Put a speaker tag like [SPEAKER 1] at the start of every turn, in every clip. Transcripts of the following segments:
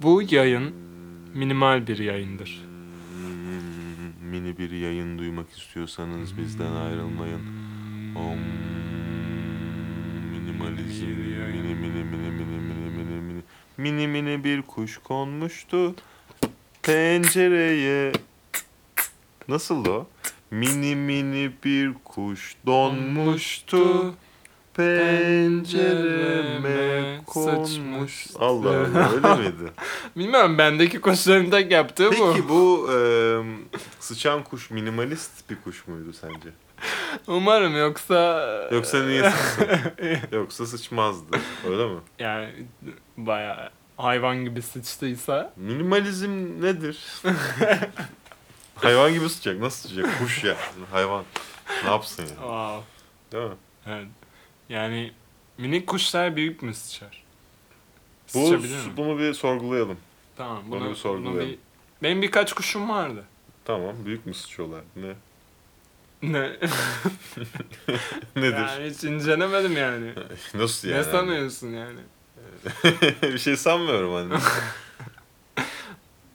[SPEAKER 1] Bu yayın minimal bir yayındır.
[SPEAKER 2] Mini bir yayın duymak istiyorsanız bizden ayrılmayın. Om. Minimalizm. Mini mini mini mini mini mini mini. Mini mini bir kuş konmuştu pencereye. Nasıldı o? Mini mini bir kuş donmuştu. Pencereme
[SPEAKER 1] Pencereme
[SPEAKER 2] konmuş.
[SPEAKER 1] sıçmıştı.
[SPEAKER 2] Allah Allah öyle miydi?
[SPEAKER 1] Bilmem bendeki koşuların tek yaptığı bu.
[SPEAKER 2] Peki bu e, sıçan kuş minimalist bir kuş muydu sence?
[SPEAKER 1] Umarım yoksa...
[SPEAKER 2] Yoksa niye sıçsın? Yoksa sıçmazdı. Öyle mi?
[SPEAKER 1] Yani bayağı hayvan gibi sıçtıysa.
[SPEAKER 2] Minimalizm nedir? Hayvan gibi sıçacak. Nasıl sıçacak? Kuş ya. Hayvan. Ne yapsın ya?
[SPEAKER 1] Wow.
[SPEAKER 2] Değil mi?
[SPEAKER 1] Evet. Yani minik kuşlar büyük mü sıçar?
[SPEAKER 2] Bu,
[SPEAKER 1] Sıçabilir mi?
[SPEAKER 2] bunu bir sorgulayalım.
[SPEAKER 1] Tamam.
[SPEAKER 2] bunu
[SPEAKER 1] Bunu,
[SPEAKER 2] bir sorgulayalım.
[SPEAKER 1] bunu bir- Benim birkaç kuşum vardı.
[SPEAKER 2] Tamam. Büyük mü sıçıyorlar? Ne?
[SPEAKER 1] Ne?
[SPEAKER 2] Nedir?
[SPEAKER 1] yani hiç incelemedim yani.
[SPEAKER 2] Nasıl yani?
[SPEAKER 1] Ne sanıyorsun yani?
[SPEAKER 2] bir şey sanmıyorum anne.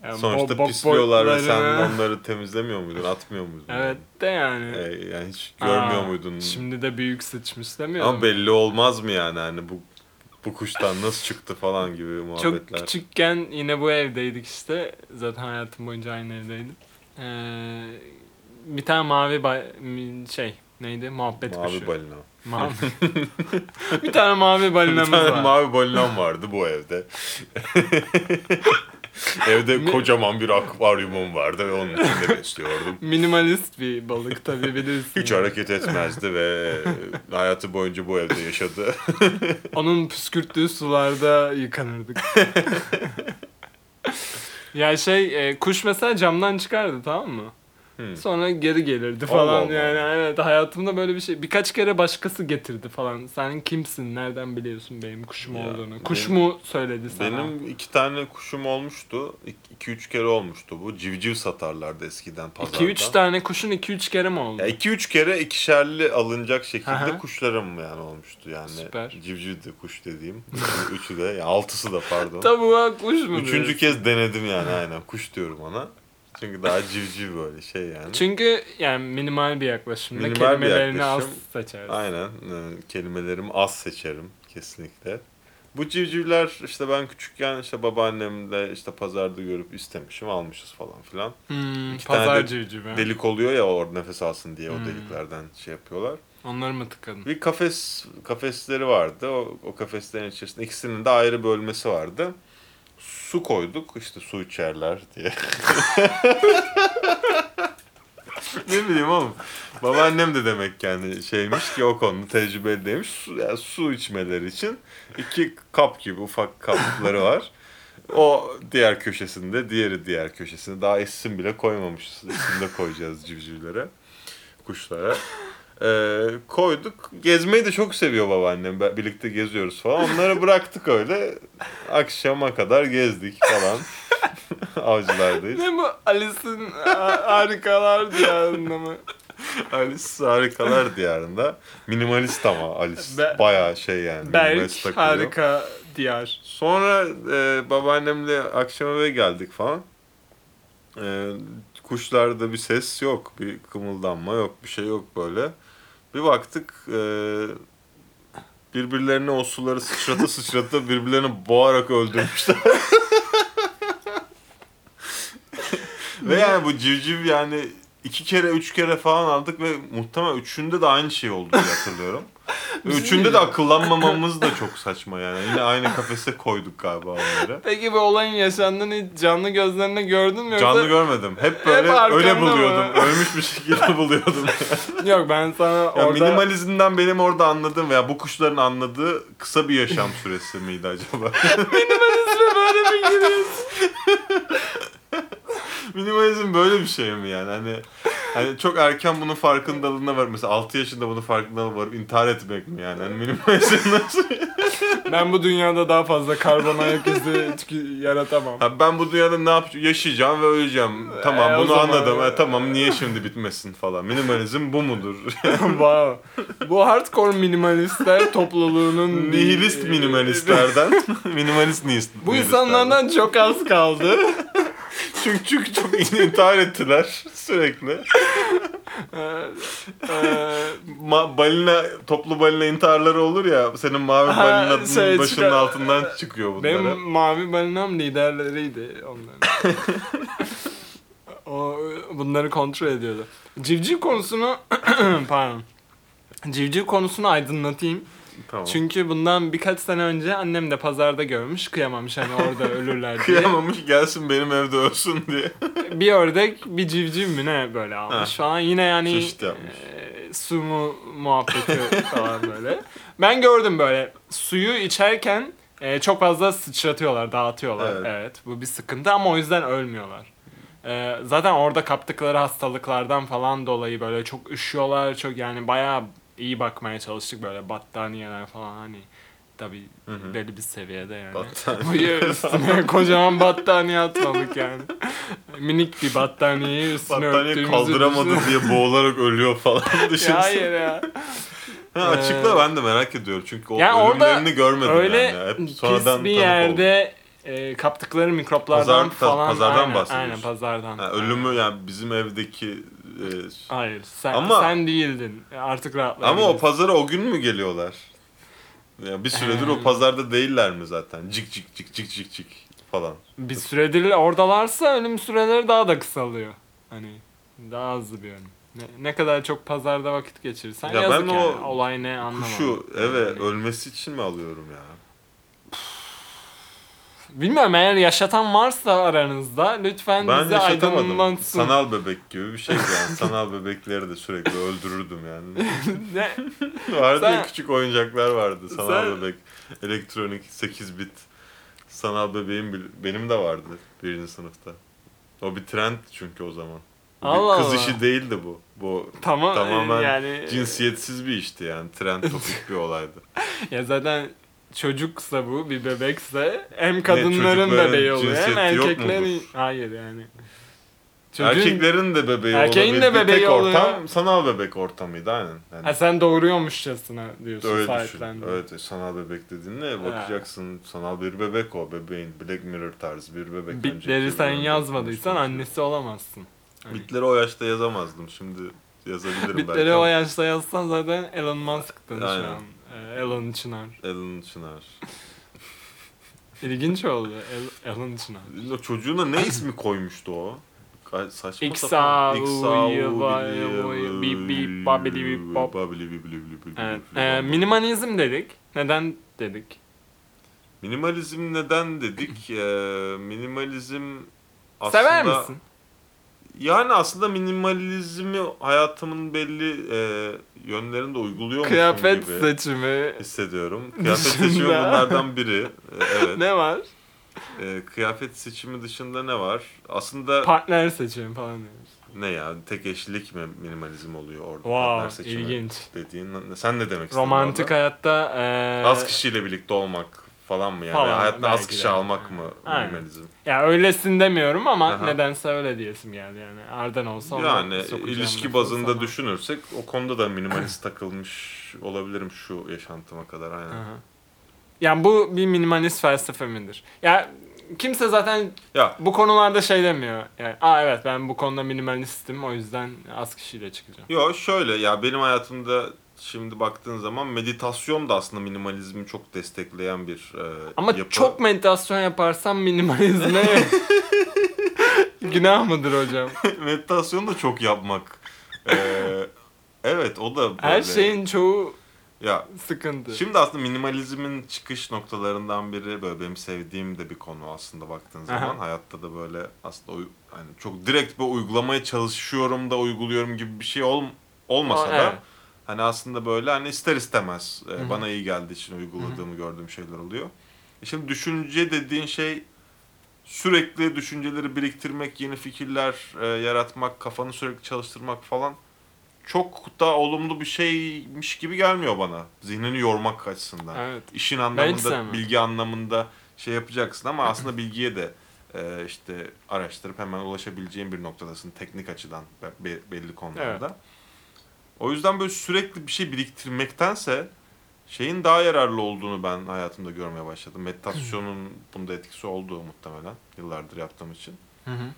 [SPEAKER 1] yani
[SPEAKER 2] Sonuçta
[SPEAKER 1] bo- bo-
[SPEAKER 2] pisliyorlar ve sen
[SPEAKER 1] boyutlarını-
[SPEAKER 2] onları temizlemiyor muydun? Atmıyor muydun?
[SPEAKER 1] Evet de yani.
[SPEAKER 2] E, yani hiç görmüyor
[SPEAKER 1] Aa,
[SPEAKER 2] muydun?
[SPEAKER 1] Şimdi de büyük sıçmış demiyorum.
[SPEAKER 2] Ama belli olmaz mı yani hani bu bu kuştan nasıl çıktı falan gibi
[SPEAKER 1] Çok
[SPEAKER 2] muhabbetler.
[SPEAKER 1] küçükken yine bu evdeydik işte. Zaten hayatım boyunca aynı evdeydim. Ee, bir tane mavi ba- mi- şey neydi? Muhabbet
[SPEAKER 2] mavi
[SPEAKER 1] kuşu.
[SPEAKER 2] balina.
[SPEAKER 1] Mavi. bir tane mavi balinamız
[SPEAKER 2] Bir tane
[SPEAKER 1] var.
[SPEAKER 2] mavi balinam vardı bu evde. evde
[SPEAKER 1] Mi-
[SPEAKER 2] kocaman bir akvaryumum vardı ve onun içinde besliyordum.
[SPEAKER 1] Minimalist bir balık tabii bilirsin.
[SPEAKER 2] Hiç hareket etmezdi ve hayatı boyunca bu evde yaşadı.
[SPEAKER 1] Onun püskürttüğü sularda yıkanırdık. ya şey e, kuş mesela camdan çıkardı tamam mı?
[SPEAKER 2] Hmm.
[SPEAKER 1] Sonra geri gelirdi
[SPEAKER 2] Allah
[SPEAKER 1] falan
[SPEAKER 2] Allah.
[SPEAKER 1] yani evet hayatımda böyle bir şey birkaç kere başkası getirdi falan. Sen kimsin nereden biliyorsun benim kuşum
[SPEAKER 2] Ya,
[SPEAKER 1] olduğunu? Kuş
[SPEAKER 2] benim-
[SPEAKER 1] mu söyledi sana?
[SPEAKER 2] Benim iki tane kuşum olmuştu. İki- iki üç kere olmuştu bu. Civciv satarlardı eskiden pazarda.
[SPEAKER 1] 2-3 tane kuşun 2-3 kere mi oldu?
[SPEAKER 2] Ya iki üç kere ikişerli alınacak
[SPEAKER 1] Hı
[SPEAKER 2] şekilde
[SPEAKER 1] hı.
[SPEAKER 2] kuşlarım yani olmuştu yani.
[SPEAKER 1] Süper.
[SPEAKER 2] Civciv de kuş dediğim. Üçü- Üçü de, ya altısı da pardon.
[SPEAKER 1] Tavuğa kuş mu?
[SPEAKER 2] Üçüncü
[SPEAKER 1] diyorsun?
[SPEAKER 2] kez denedim yani aynen. Kuş diyorum ona. Çünkü daha civciv böyle şey yani.
[SPEAKER 1] Çünkü yani minimal bir yaklaşımda
[SPEAKER 2] Minimal bir
[SPEAKER 1] kelimelerini
[SPEAKER 2] yaklaşım.
[SPEAKER 1] az seçersin.
[SPEAKER 2] Aynen. e, Kelimelerimi az seçerim kesinlikle. Bu civcivler işte ben küçükken işte babaannemle işte pazarda görüp istemişim almışız falan filan.
[SPEAKER 1] Hmm,
[SPEAKER 2] İki tane
[SPEAKER 1] pazar
[SPEAKER 2] de
[SPEAKER 1] civcivi.
[SPEAKER 2] Delik oluyor ya orada nefes alsın diye o
[SPEAKER 1] Hmm.
[SPEAKER 2] deliklerden şey yapıyorlar.
[SPEAKER 1] Onları mı tıkadın?
[SPEAKER 2] Bir kafes kafesleri vardı. O, o kafeslerin içerisinde ikisinin de ayrı bölmesi vardı. Su koyduk işte su içerler diye. ne bileyim oğlum. Babaannem de demek ki yani şeymiş ki o konuda tecrübeliymiş. Su, yani su içmeleri için iki kap gibi ufak kapları var. O diğer köşesinde, diğeri diğer köşesinde. Daha isim bile koymamışız. İsim de koyacağız civcivlere, kuşlara. Ee, koyduk. Gezmeyi de çok seviyor babaannem. Be- Birlikte geziyoruz falan. Onları bıraktık öyle. Akşama kadar gezdik falan. Avcılardayız.
[SPEAKER 1] Ne bu Alice'in ha- harikalar diyarında mı?
[SPEAKER 2] Alice harikalar diyarında. Minimalist ama Alice.
[SPEAKER 1] Be-
[SPEAKER 2] Bayağı şey yani. minimalist
[SPEAKER 1] Berk
[SPEAKER 2] takılıyor.
[SPEAKER 1] harika diyar.
[SPEAKER 2] Sonra e, babaannemle akşam eve geldik falan. E, kuşlarda bir ses yok, bir kımıldanma yok, bir şey yok böyle. Bir baktık e, birbirlerine o suları sıçrata sıçrata birbirlerini boğarak öldürmüşler. ve yani bu civciv yani iki kere üç kere falan aldık ve muhtemelen üçünde de aynı şey oldu diye hatırlıyorum.
[SPEAKER 1] Bir şey
[SPEAKER 2] Üçünde de
[SPEAKER 1] diyeceğim.
[SPEAKER 2] akıllanmamamız da çok saçma yani. Yine aynı kafese koyduk galiba onları.
[SPEAKER 1] Peki bu olayın yaşandığını hiç canlı gözlerine gördün mü yoksa?
[SPEAKER 2] Canlı görmedim. Hep böyle
[SPEAKER 1] arkamda
[SPEAKER 2] öyle
[SPEAKER 1] mı?
[SPEAKER 2] buluyordum. Ölmüş bir şekilde buluyordum.
[SPEAKER 1] Yok ben sana
[SPEAKER 2] Ya
[SPEAKER 1] orada...
[SPEAKER 2] minimalizmden benim orada anladığım veya bu kuşların anladığı kısa bir yaşam süresi miydi acaba?
[SPEAKER 1] Minimalizme böyle mi giriyorsun?
[SPEAKER 2] Minimalizm böyle bir şey mi yani? Hani hani çok erken bunun farkındalığına var. Mesela 6 yaşında bunun farkındalığına varıp intihar etmek mi yani? Hani minimalizm nasıl?
[SPEAKER 1] Ben bu dünyada daha fazla karbon ayak izi tükü- yaratamam.
[SPEAKER 2] Ha, ben bu dünyada ne yapacağım? Yaşayacağım ve öleceğim. Tamam
[SPEAKER 1] Ee, o
[SPEAKER 2] bunu
[SPEAKER 1] zaman-
[SPEAKER 2] anladım. Ha, tamam niye şimdi bitmesin falan. Minimalizm bu mudur?
[SPEAKER 1] wow. Bu hardcore minimalistler topluluğunun...
[SPEAKER 2] Nihilist minimalistlerden. Minimalist nihilist.
[SPEAKER 1] Bu
[SPEAKER 2] nihilistlerden.
[SPEAKER 1] insanlardan çok az kaldı.
[SPEAKER 2] Çünkü, çünkü çok intihar ettiler sürekli.
[SPEAKER 1] Ee, e,
[SPEAKER 2] Ma- balina, toplu balina intiharları olur ya. Senin mavi
[SPEAKER 1] Ha,
[SPEAKER 2] balinanın
[SPEAKER 1] şey,
[SPEAKER 2] başının
[SPEAKER 1] çıkar-
[SPEAKER 2] altından çıkıyor bunlar.
[SPEAKER 1] Benim
[SPEAKER 2] hep.
[SPEAKER 1] mavi balinam liderleriydi onların. o bunları kontrol ediyordu. Civciv konusunu pardon. Civciv konusunu aydınlatayım.
[SPEAKER 2] Tamam.
[SPEAKER 1] Çünkü bundan birkaç sene önce annem de pazarda görmüş. Kıyamamış hani orada ölürler diye.
[SPEAKER 2] Kıyamamış gelsin benim evde ölsün diye.
[SPEAKER 1] bir ördek bir civciv mi ne böyle almış falan. Yine yani
[SPEAKER 2] Çeşit yapmış.
[SPEAKER 1] e, su mu muhabbeti falan böyle. Ben gördüm böyle suyu içerken e, çok fazla sıçratıyorlar, dağıtıyorlar.
[SPEAKER 2] Evet.
[SPEAKER 1] Evet. bu bir sıkıntı ama o yüzden ölmüyorlar. E, zaten orada kaptıkları hastalıklardan falan dolayı böyle çok üşüyorlar. Çok yani bayağı iyi bakmaya çalıştık böyle battaniyeler falan hani. Tabii
[SPEAKER 2] Hı hı.
[SPEAKER 1] belli bir seviyede yani.
[SPEAKER 2] Battaniye.
[SPEAKER 1] Hayır üstüne kocaman battaniye atmadık yani. Minik bir battaniyeyi üstüne
[SPEAKER 2] Battaniye
[SPEAKER 1] örttüğümüzü
[SPEAKER 2] kaldıramadı
[SPEAKER 1] düşünün.
[SPEAKER 2] diye boğularak ölüyor falan.
[SPEAKER 1] Ya
[SPEAKER 2] Düşünsene.
[SPEAKER 1] hayır ya.
[SPEAKER 2] Ha, açıkla ben de merak ediyorum çünkü o
[SPEAKER 1] Yani orada
[SPEAKER 2] ölümlerini görmedim
[SPEAKER 1] Öyle
[SPEAKER 2] yani. Hep
[SPEAKER 1] pis
[SPEAKER 2] sonradan
[SPEAKER 1] bir
[SPEAKER 2] tanık oldum.
[SPEAKER 1] yerde e, kaptıkları mikroplardan
[SPEAKER 2] Pazar- ta-
[SPEAKER 1] falan.
[SPEAKER 2] pazardan
[SPEAKER 1] aynen,
[SPEAKER 2] bahsediyorsun.
[SPEAKER 1] Aynen pazardan.
[SPEAKER 2] Ha, ölümü yani bizim evdeki e,
[SPEAKER 1] Hayır sen,
[SPEAKER 2] Ama-
[SPEAKER 1] sen değildin. Artık rahatlayabilirsin.
[SPEAKER 2] ama o pazara o gün mü geliyorlar? Ya bir süredir
[SPEAKER 1] Ee,
[SPEAKER 2] o pazarda değiller mi zaten? Cik cik cik cik cik cik falan.
[SPEAKER 1] Bir süredir oradalarsa ölüm süreleri daha da kısalıyor. Hani daha hızlı bir ölüm. Ne, ne kadar çok pazarda vakit geçirirsen
[SPEAKER 2] Ya ben
[SPEAKER 1] yazık yani.
[SPEAKER 2] o
[SPEAKER 1] Olay ne anlamadım.
[SPEAKER 2] Kuşu eve
[SPEAKER 1] Yani.
[SPEAKER 2] ölmesi için mi alıyorum ya?
[SPEAKER 1] Bilmiyorum eğer yaşatan varsa aranızda lütfen
[SPEAKER 2] Ben
[SPEAKER 1] bizi
[SPEAKER 2] yaşatamadım.
[SPEAKER 1] aydınlatsın.
[SPEAKER 2] Sanal bebek gibi bir şey yani. Sanal bebekleri de sürekli öldürürdüm yani.
[SPEAKER 1] Ne?
[SPEAKER 2] vardı ya,
[SPEAKER 1] Sen-
[SPEAKER 2] küçük oyuncaklar vardı. Sanal
[SPEAKER 1] Sen-
[SPEAKER 2] bebek, elektronik 8 bit sanal bebeğim bil- benim de vardı birinci sınıfta. O bir trend çünkü o zaman. Bu bir
[SPEAKER 1] Allah
[SPEAKER 2] kız
[SPEAKER 1] Allah.
[SPEAKER 2] işi değildi bu. Bu
[SPEAKER 1] Tamam e,
[SPEAKER 2] Tamamen
[SPEAKER 1] yani
[SPEAKER 2] cinsiyetsiz bir işti yani. Trend topik bir olaydı.
[SPEAKER 1] Ya zaten çocuksa bu bir bebekse hem
[SPEAKER 2] çocukların
[SPEAKER 1] kadınların bebeği oluyor hem
[SPEAKER 2] cinsiyeti yok
[SPEAKER 1] erkeklerin
[SPEAKER 2] mudur?
[SPEAKER 1] hayır yani.
[SPEAKER 2] Erkeklerin de bebeği
[SPEAKER 1] Erkeğin de
[SPEAKER 2] olabildiği
[SPEAKER 1] bebeği
[SPEAKER 2] tek
[SPEAKER 1] oluyor.
[SPEAKER 2] ortam sanal bebek ortamıydı aynen. Yani
[SPEAKER 1] Ha sen doğuruyormuşçasına diyorsun
[SPEAKER 2] öyle düşün.
[SPEAKER 1] sahiplendin.
[SPEAKER 2] Evet sanal bebek dediğinde bakacaksın sanal bir bebek o bebeğin Black Mirror tarzı bir bebek.
[SPEAKER 1] Bitleri
[SPEAKER 2] Önceki
[SPEAKER 1] sen
[SPEAKER 2] bölümde
[SPEAKER 1] yazmadıysan
[SPEAKER 2] konuşmuştuk.
[SPEAKER 1] annesi olamazsın. Hani
[SPEAKER 2] Bitleri o yaşta yazamazdım. Şimdi yazabilirim belki.
[SPEAKER 1] Bitleri o yaşta yazsan zaten Elon Musk'tın şu
[SPEAKER 2] Aynen.
[SPEAKER 1] an. Ee, Elon Çınar.
[SPEAKER 2] Alan Çınar.
[SPEAKER 1] İlginç oldu. El- Elon Çınar.
[SPEAKER 2] O çocuğuna ne ismi koymuştu o? Ka- Saçma
[SPEAKER 1] X-A-U,
[SPEAKER 2] sapan.
[SPEAKER 1] Y-A-U, bip bip, babidi bip bop.
[SPEAKER 2] babidi bip bip bip bip
[SPEAKER 1] Evet.
[SPEAKER 2] bip
[SPEAKER 1] Ee,
[SPEAKER 2] bop.
[SPEAKER 1] minimalizm dedik. Neden dedik?
[SPEAKER 2] Minimalizm neden dedik? Ee, minimalizm aslında...
[SPEAKER 1] Sever misin?
[SPEAKER 2] Yani aslında minimalizmi hayatımın belli e, yönlerinde uyguluyormuşum
[SPEAKER 1] Kıyafet
[SPEAKER 2] gibi
[SPEAKER 1] seçimi.
[SPEAKER 2] hissediyorum. Kıyafet
[SPEAKER 1] Dışında-
[SPEAKER 2] seçimi bunlardan biri. Ee, Evet.
[SPEAKER 1] Ne var?
[SPEAKER 2] Ee, kıyafet seçimi dışında ne var? Aslında
[SPEAKER 1] Partner seçimi falan diyoruz.
[SPEAKER 2] ne ya? Tek eşlilik mi minimalizm oluyor orada? Partner
[SPEAKER 1] Wow,
[SPEAKER 2] seçimi
[SPEAKER 1] ilginç.
[SPEAKER 2] Dediğin, sen ne demek istedin
[SPEAKER 1] Romantik
[SPEAKER 2] orada?
[SPEAKER 1] hayatta eee,
[SPEAKER 2] Az kişiyle birlikte olmak falan mı yani?
[SPEAKER 1] Falan,
[SPEAKER 2] Hayatta az
[SPEAKER 1] belki
[SPEAKER 2] kişi
[SPEAKER 1] de.
[SPEAKER 2] almak mı
[SPEAKER 1] Aynen.
[SPEAKER 2] minimalizm?
[SPEAKER 1] ya öylesin demiyorum ama
[SPEAKER 2] Aha.
[SPEAKER 1] nedense öyle diyesim geldi yani. Erden olsa ona
[SPEAKER 2] Yani e,
[SPEAKER 1] sokacağım
[SPEAKER 2] ilişki
[SPEAKER 1] lafı
[SPEAKER 2] bazında
[SPEAKER 1] sana.
[SPEAKER 2] düşünürsek o konuda da minimalist takılmış olabilirim şu yaşantıma kadar aynen.
[SPEAKER 1] Aha. Yani bu bir minimalist felsefe midir? Ya kimse zaten
[SPEAKER 2] Ya
[SPEAKER 1] bu konularda şey demiyor. Yani aa evet ben bu konuda minimalistim o yüzden az kişiyle çıkacağım.
[SPEAKER 2] yo şöyle ya benim hayatımda şimdi baktığın zaman meditasyon da aslında minimalizmi çok destekleyen bir e,
[SPEAKER 1] Ama
[SPEAKER 2] yapı.
[SPEAKER 1] çok meditasyon yaparsam minimalizme günah mıdır hocam?
[SPEAKER 2] meditasyon da çok yapmak. E, evet o da böyle.
[SPEAKER 1] Her şeyin çoğu
[SPEAKER 2] ya
[SPEAKER 1] sıkıntı.
[SPEAKER 2] Şimdi aslında minimalizmin çıkış noktalarından biri böyle benim sevdiğim de bir konu aslında baktığın
[SPEAKER 1] Aha.
[SPEAKER 2] zaman hayatta da böyle aslında uy- hani çok direkt bir uygulamaya çalışıyorum da uyguluyorum gibi bir şey ol- olmasa
[SPEAKER 1] O-
[SPEAKER 2] da
[SPEAKER 1] evet.
[SPEAKER 2] hani aslında böyle hani ister istemez e,
[SPEAKER 1] Hı hı.
[SPEAKER 2] bana iyi geldiği için uyguladığımı gördüğüm şeyler oluyor. E şimdi düşünce dediğin şey sürekli düşünceleri biriktirmek, yeni fikirler e, yaratmak, kafanı sürekli çalıştırmak falan çok da olumlu bir şeymiş gibi gelmiyor bana. Zihnini yormak açısından.
[SPEAKER 1] Evet.
[SPEAKER 2] İşin
[SPEAKER 1] hiç sevmem.
[SPEAKER 2] anlamında, bilgi anlamında şey yapacaksın ama aslında bilgiye de e, işte araştırıp hemen ulaşabileceğin bir noktadasın teknik açıdan be- be- belli konularda. O yüzden böyle sürekli bir şey biriktirmektense şeyin daha yararlı olduğunu ben hayatımda görmeye başladım. Meditasyonun bunda etkisi olduğu muhtemelen yıllardır yaptığım için.
[SPEAKER 1] Hı hı.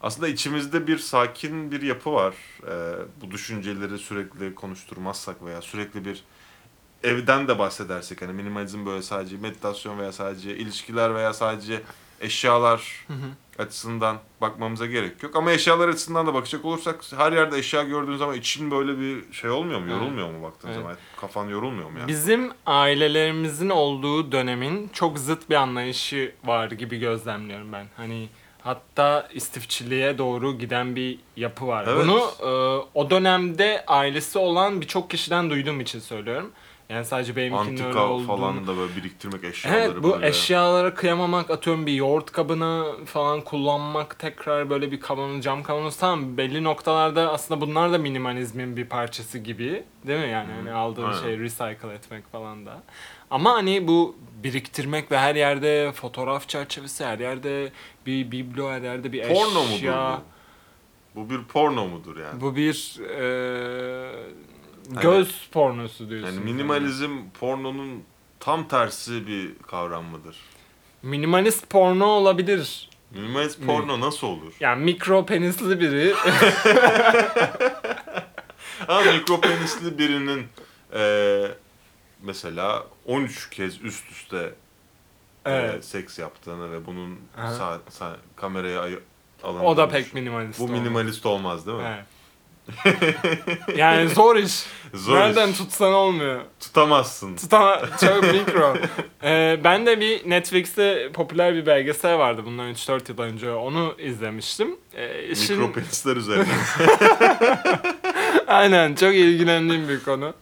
[SPEAKER 2] Aslında içimizde bir sakin bir yapı var. Ee, bu düşünceleri sürekli konuşturmazsak veya sürekli bir evden de bahsedersek hani minimalizm böyle sadece meditasyon veya sadece ilişkiler veya sadece eşyalar
[SPEAKER 1] Hı hı.
[SPEAKER 2] açısından bakmamıza gerek yok. Ama eşyalar açısından da bakacak olursak her yerde eşya gördüğün zaman için böyle bir şey olmuyor mu?
[SPEAKER 1] Evet.
[SPEAKER 2] Yorulmuyor mu baktığın
[SPEAKER 1] Evet.
[SPEAKER 2] zaman? Kafan yorulmuyor mu yani?
[SPEAKER 1] Bizim ailelerimizin olduğu dönemin çok zıt bir anlayışı var gibi gözlemliyorum ben. Hani hatta istifçiliğe doğru giden bir yapı var.
[SPEAKER 2] Evet.
[SPEAKER 1] Bunu e, o dönemde ailesi olan birçok kişiden duyduğum için söylüyorum. Yani sadece benimkinin öyle
[SPEAKER 2] Antika
[SPEAKER 1] olduğunu.
[SPEAKER 2] falan da böyle biriktirmek eşyaları
[SPEAKER 1] Evet bu
[SPEAKER 2] böyle.
[SPEAKER 1] eşyalara kıyamamak atıyorum bir yoğurt kabını falan kullanmak tekrar böyle bir kavanoz cam kavanoz tamam belli noktalarda aslında bunlar da minimalizmin bir parçası gibi değil mi yani hani aldığın
[SPEAKER 2] Aynen.
[SPEAKER 1] şeyi recycle etmek falan da. Ama hani bu biriktirmek ve her yerde fotoğraf çerçevesi her yerde bir biblo her yerde bir
[SPEAKER 2] Porno mudur
[SPEAKER 1] eşya.
[SPEAKER 2] bu? Bu bir porno mudur yani?
[SPEAKER 1] Bu bir eee,
[SPEAKER 2] Hani-
[SPEAKER 1] göz pornosu diyorsun.
[SPEAKER 2] Yani
[SPEAKER 1] sen.
[SPEAKER 2] minimalizm pornonun tam tersi bir kavram mıdır?
[SPEAKER 1] Minimalist porno olabilir.
[SPEAKER 2] Minimalist porno nasıl olur?
[SPEAKER 1] Yani mikro penisli biri
[SPEAKER 2] Ha mikropenisli birinin eee, mesela 13 kez üst üste eee,
[SPEAKER 1] Evet.
[SPEAKER 2] seks yaptığını ve bunun
[SPEAKER 1] Aha.
[SPEAKER 2] sa- sa- kameraya ay- alan
[SPEAKER 1] O da pek minimalist.
[SPEAKER 2] Ee, Bu
[SPEAKER 1] olmuş.
[SPEAKER 2] minimalist olmaz değil mi?
[SPEAKER 1] Evet. yani zor iş.
[SPEAKER 2] Zor
[SPEAKER 1] Nereden
[SPEAKER 2] iş.
[SPEAKER 1] tutsan olmuyor.
[SPEAKER 2] Tutamazsın.
[SPEAKER 1] Tutama, çok mikro. Ee, ben de bir Netflix'te popüler bir belgesel vardı bundan 3-4 yıl önce. Onu izlemiştim. Ee, işin-
[SPEAKER 2] Mikropenisler üzerine.
[SPEAKER 1] Aynen çok ilgilendiğim bir konu.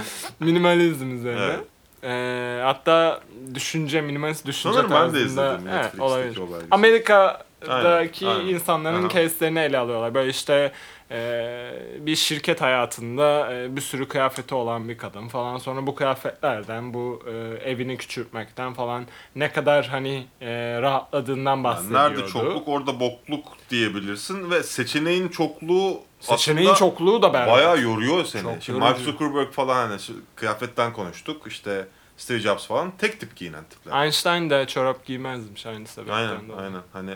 [SPEAKER 1] Minimalizm üzerine.
[SPEAKER 2] Evet.
[SPEAKER 1] Ee, hatta düşünce, minimalist düşünce
[SPEAKER 2] Sanırım ben de
[SPEAKER 1] tarzında-
[SPEAKER 2] izledim
[SPEAKER 1] Evet, olabilir.
[SPEAKER 2] Netflix'teki o belgeseli.
[SPEAKER 1] Amerika'daki
[SPEAKER 2] Aynen, aynen.
[SPEAKER 1] insanların
[SPEAKER 2] Aha.
[SPEAKER 1] case'lerini ele alıyorlar. Böyle işte e, bir şirket hayatında e, bir sürü kıyafeti olan bir kadın falan. Sonra bu kıyafetlerden, bu e, evini küçültmekten falan ne kadar hani e, rahatladığından
[SPEAKER 2] Yani
[SPEAKER 1] bahsediyordu.
[SPEAKER 2] nerede çokluk orada bokluk diyebilirsin ve seçeneğin çokluğu
[SPEAKER 1] Seçeneğin
[SPEAKER 2] aslında
[SPEAKER 1] çokluğu da berbat.
[SPEAKER 2] Bayağı yoruyor seni.
[SPEAKER 1] Çok
[SPEAKER 2] Şimdi
[SPEAKER 1] yorucu.
[SPEAKER 2] Mark Zuckerberg falan hani şu kıyafetten konuştuk. İşte Steve Jobs falan tek tip giyinen tipler.
[SPEAKER 1] Einstein de çorap giymezmiş aynı sebepten
[SPEAKER 2] Aynen,
[SPEAKER 1] dolayı.
[SPEAKER 2] aynen. Hani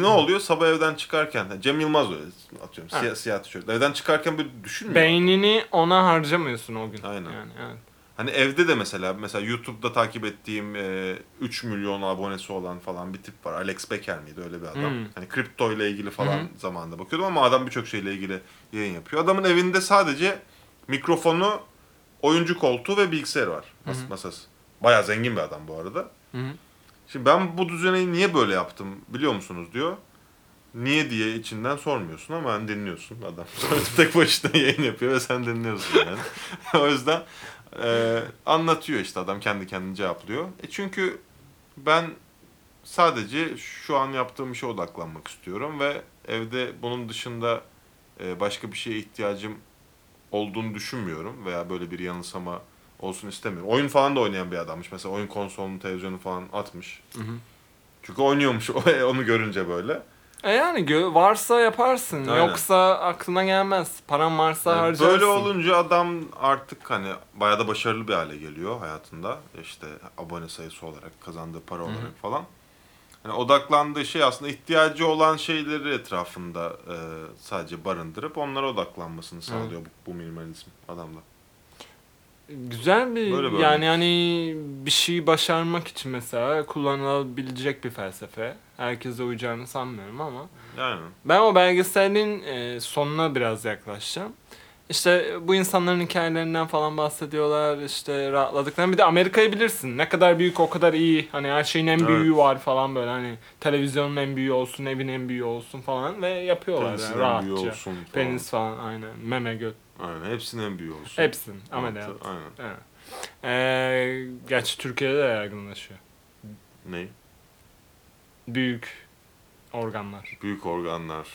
[SPEAKER 2] ne oluyor sabah evden çıkarken Cem Yılmaz öyle atıyorum
[SPEAKER 1] Ha.
[SPEAKER 2] siyah, siyah tişört. Evden çıkarken bir düşünmüyor.
[SPEAKER 1] Beynini ona harcamıyorsun o gün.
[SPEAKER 2] Aynen.
[SPEAKER 1] Yani, evet.
[SPEAKER 2] Hani evde de mesela mesela YouTube'da takip ettiğim e, 3 milyon abonesi olan falan bir tip var. Alex Becker miydi öyle bir adam.
[SPEAKER 1] Hmm.
[SPEAKER 2] Hani kripto ile ilgili falan
[SPEAKER 1] Hı
[SPEAKER 2] zamanında bakıyordum ama adam birçok şeyle ilgili yayın yapıyor. Adamın evinde sadece mikrofonu, oyuncu koltuğu ve bilgisayar var. Mas- masası. Bayağı zengin bir adam bu arada.
[SPEAKER 1] Hı hı.
[SPEAKER 2] Şimdi ben bu düzeni niye böyle yaptım biliyor musunuz diyor. Niye diye içinden sormuyorsun ama hani dinliyorsun adam. Tek başına yayın yapıyor ve sen dinliyorsun yani. o yüzden e, anlatıyor işte adam kendi kendine cevaplıyor. E çünkü ben sadece şu an yaptığım işe odaklanmak istiyorum ve evde bunun dışında e, başka bir şeye ihtiyacım olduğunu düşünmüyorum veya böyle bir yanılsama olsun istemiyorum. Oyun falan da oynayan bir adammış. Mesela oyun konsolunu, televizyonu falan atmış.
[SPEAKER 1] Hı hı.
[SPEAKER 2] Çünkü oynuyormuş o- onu görünce böyle.
[SPEAKER 1] E yani gö- varsa yaparsın.
[SPEAKER 2] Aynen.
[SPEAKER 1] Yoksa aklına gelmez. Paran varsa
[SPEAKER 2] Yani
[SPEAKER 1] harcarsın.
[SPEAKER 2] böyle olunca adam artık hani bayağı da başarılı bir hale geliyor hayatında. İşte abone sayısı olarak, kazandığı para olarak falan. Hani odaklandığı şey aslında ihtiyacı olan şeyleri etrafında e, sadece barındırıp onlara odaklanmasını sağlıyor bu, bu minimalizm adamda.
[SPEAKER 1] Güzel bir
[SPEAKER 2] Böyle bir
[SPEAKER 1] yani hani bir şey başarmak için mesela kullanılabilecek bir felsefe. Herkese uyacağını sanmıyorum ama.
[SPEAKER 2] Yani
[SPEAKER 1] Ben o belgeselin e, sonuna biraz yaklaşacağım. İşte bu insanların hikayelerinden falan bahsediyorlar. İşte rahatladıklarını. Bir de Amerika'yı bilirsin. Ne kadar büyük o kadar iyi. Hani her şeyin en
[SPEAKER 2] Evet.
[SPEAKER 1] büyüğü var falan böyle. Hani televizyonun en büyüğü olsun, evin en büyüğü olsun falan. Ve yapıyorlar
[SPEAKER 2] penisinden
[SPEAKER 1] yani
[SPEAKER 2] büyüğü
[SPEAKER 1] rahatça.
[SPEAKER 2] olsun falan.
[SPEAKER 1] Penis falan aynen. Meme göt.
[SPEAKER 2] Aynen hepsinin en büyüğü olsun.
[SPEAKER 1] Hepsin. Ameliyat.
[SPEAKER 2] Altı- Aynen.
[SPEAKER 1] Evet. Ee, gerçi Türkiye'de de yaygınlaşıyor.
[SPEAKER 2] Ne?
[SPEAKER 1] Büyük organlar.
[SPEAKER 2] Büyük organlar.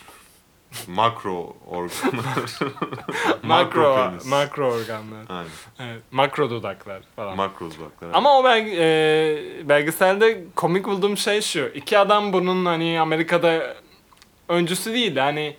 [SPEAKER 2] Makro organlar.
[SPEAKER 1] makro
[SPEAKER 2] penis.
[SPEAKER 1] makro organlar.
[SPEAKER 2] Aynen.
[SPEAKER 1] Evet, makro dudaklar falan.
[SPEAKER 2] Makro dudaklar.
[SPEAKER 1] Ama o belge- e, belgeselde komik bulduğum şey şu. iki adam bunun hani Amerika'da öncüsü değil de hani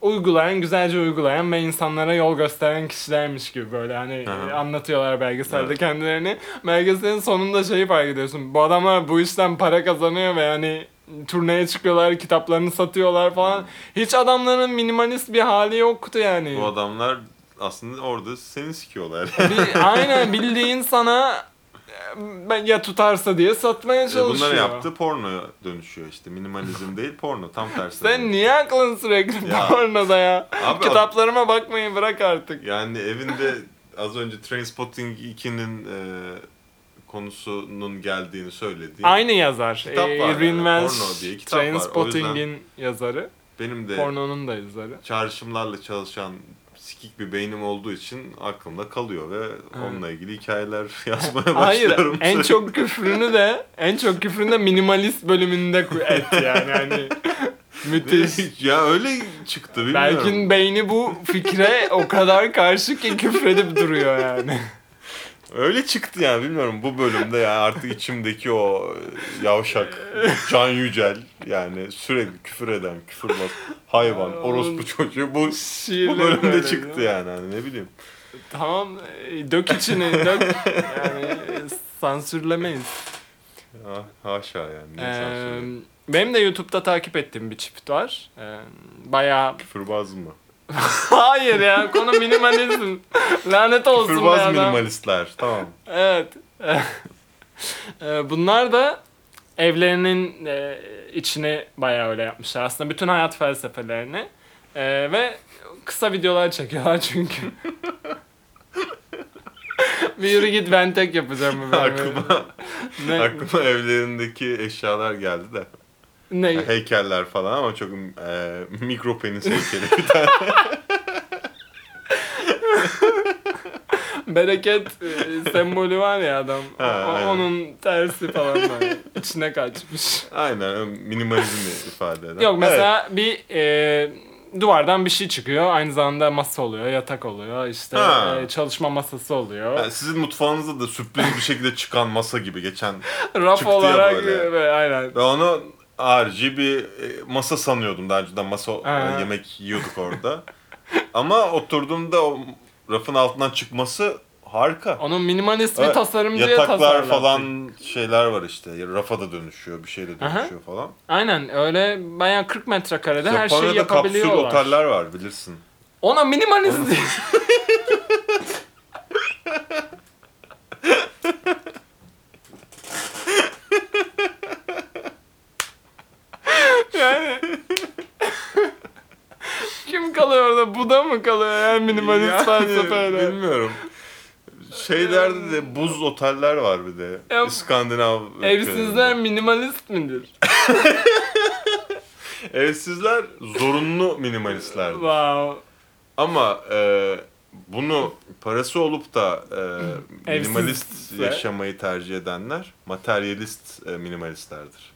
[SPEAKER 1] uygulayan, güzelce uygulayan ve insanlara yol gösteren kişilermiş gibi böyle hani
[SPEAKER 2] Aha.
[SPEAKER 1] e, anlatıyorlar belgeselde
[SPEAKER 2] Evet.
[SPEAKER 1] kendilerini. Belgeselin sonunda şeyi fark ediyorsun. Bu adamlar bu işten para kazanıyor ve hani turneye çıkıyorlar, kitaplarını satıyorlar falan. Hiç adamların minimalist bir hali yoktu yani.
[SPEAKER 2] Hmm. Bu adamlar aslında orada seni sikiyorlar.
[SPEAKER 1] Bir- aynen bildiğin sana e, ben ya tutarsa diye satmaya
[SPEAKER 2] E,
[SPEAKER 1] çalışıyor.
[SPEAKER 2] Bunları yaptı pornoya dönüşüyor işte. Minimalizm değil porno tam tersi.
[SPEAKER 1] Sen niye aklın sürekli
[SPEAKER 2] Ya.
[SPEAKER 1] pornoda ya?
[SPEAKER 2] Abi-
[SPEAKER 1] Kitaplarıma bakmayı bırak artık.
[SPEAKER 2] Yani evinde az önce Trainspotting 2'nin e, konusunun geldiğini söylediğim
[SPEAKER 1] Aynı yazar. E,
[SPEAKER 2] Kitap var yani,
[SPEAKER 1] Irving Welsh,
[SPEAKER 2] porno diye kitap var. O
[SPEAKER 1] Trainspotting'in yazarı.
[SPEAKER 2] benim de
[SPEAKER 1] Pornonun da yazarı.
[SPEAKER 2] çağrışımlarla çalışan sikik bir beynim olduğu için aklımda kalıyor ve onunla ilgili hikayeler yazmaya
[SPEAKER 1] Hayır,
[SPEAKER 2] başlıyorum.
[SPEAKER 1] en çok küfrünü de en çok küfrünü de minimalist bölümünde ku- et yani hani müthiş.
[SPEAKER 2] ya öyle çıktı bilmiyorum.
[SPEAKER 1] Belki beyni bu fikre o kadar karşı ki küfredip duruyor yani.
[SPEAKER 2] Öyle çıktı yani bilmiyorum bu bölümde yani artık içimdeki o e, yavşak Can Yücel yani sürekli küfür eden küfürbaz hayvan orospu çocuğu bu bu
[SPEAKER 1] Şiirleri
[SPEAKER 2] bölümde
[SPEAKER 1] böyle
[SPEAKER 2] çıktı yani hani ne bileyim.
[SPEAKER 1] Tamam e, dök içini dök. Yani e, sansürlemeyiz.
[SPEAKER 2] Ha, haşa yani.
[SPEAKER 1] Ee,
[SPEAKER 2] Ne sansürü?
[SPEAKER 1] benim de YouTube'da takip ettiğim bir çift var. Ee, bayağı...
[SPEAKER 2] küfürbaz mı?
[SPEAKER 1] Hayır ya konu minimalizm. Lanet olsun be
[SPEAKER 2] Küfürbaz
[SPEAKER 1] adam.
[SPEAKER 2] minimalistler tamam.
[SPEAKER 1] Evet. Ee, Bunlar da evlerinin e, içini bayağı öyle yapmışlar. Aslında bütün hayat felsefelerini. Ee, Ve kısa videolar çekiyorlar çünkü. Bir yürü git ben tek yapacağım bu bölümü.
[SPEAKER 2] aklıma,
[SPEAKER 1] Ne,
[SPEAKER 2] aklıma evlerindeki eşyalar geldi de.
[SPEAKER 1] ne,
[SPEAKER 2] Yani heykeller falan ama çok e, mikro penis heykeli.
[SPEAKER 1] bereket e, sembolü var ya adam. O-
[SPEAKER 2] Ha,
[SPEAKER 1] o-
[SPEAKER 2] aynen.
[SPEAKER 1] onun tersi falan var. İçine kaçmış.
[SPEAKER 2] Aynen minimalizmi ifade eden.
[SPEAKER 1] Yok
[SPEAKER 2] Evet.
[SPEAKER 1] mesela bir e, duvardan bir şey çıkıyor. Aynı zamanda masa oluyor, yatak oluyor, işte
[SPEAKER 2] Ha.
[SPEAKER 1] e, çalışma masası oluyor.
[SPEAKER 2] Yani sizin mutfağınızda da sürpriz bir şekilde çıkan masa gibi geçen.
[SPEAKER 1] Raf
[SPEAKER 2] çıktı ya
[SPEAKER 1] olarak
[SPEAKER 2] böyle.
[SPEAKER 1] e, ve aynen.
[SPEAKER 2] Ve onu harici bir e, masa sanıyordum daha önceden. Masa e,
[SPEAKER 1] Ha.
[SPEAKER 2] yemek yiyorduk orada. Ama oturduğumda o rafın altından çıkması harika.
[SPEAKER 1] Onun minimalist bir
[SPEAKER 2] Evet,
[SPEAKER 1] tasarımcıya
[SPEAKER 2] Yataklar
[SPEAKER 1] tasarlattı.
[SPEAKER 2] falan şeyler var işte. Rafa da dönüşüyor, bir şey de
[SPEAKER 1] Aha.
[SPEAKER 2] dönüşüyor falan.
[SPEAKER 1] Aynen öyle bayağı 40 metrekarede her şeyi
[SPEAKER 2] Japonya'da kapsül
[SPEAKER 1] yapabiliyorlar.
[SPEAKER 2] oteller var bilirsin.
[SPEAKER 1] Ona minimalist diye. yani kim kalıyor orada? Buda mı kalıyor? Yani minimalist
[SPEAKER 2] Yani
[SPEAKER 1] felsefeyle.
[SPEAKER 2] Bilmiyorum. Şeylerde de buz oteller var bir de.
[SPEAKER 1] Ya-
[SPEAKER 2] İskandinav ülkelerinde.
[SPEAKER 1] Evsizler minimalist midir?
[SPEAKER 2] Evsizler zorunlu minimalistler.
[SPEAKER 1] Wow.
[SPEAKER 2] Ama e, bunu parası olup da e,
[SPEAKER 1] Evsizse-
[SPEAKER 2] minimalist yaşamayı tercih edenler materyalist e, minimalistlerdir.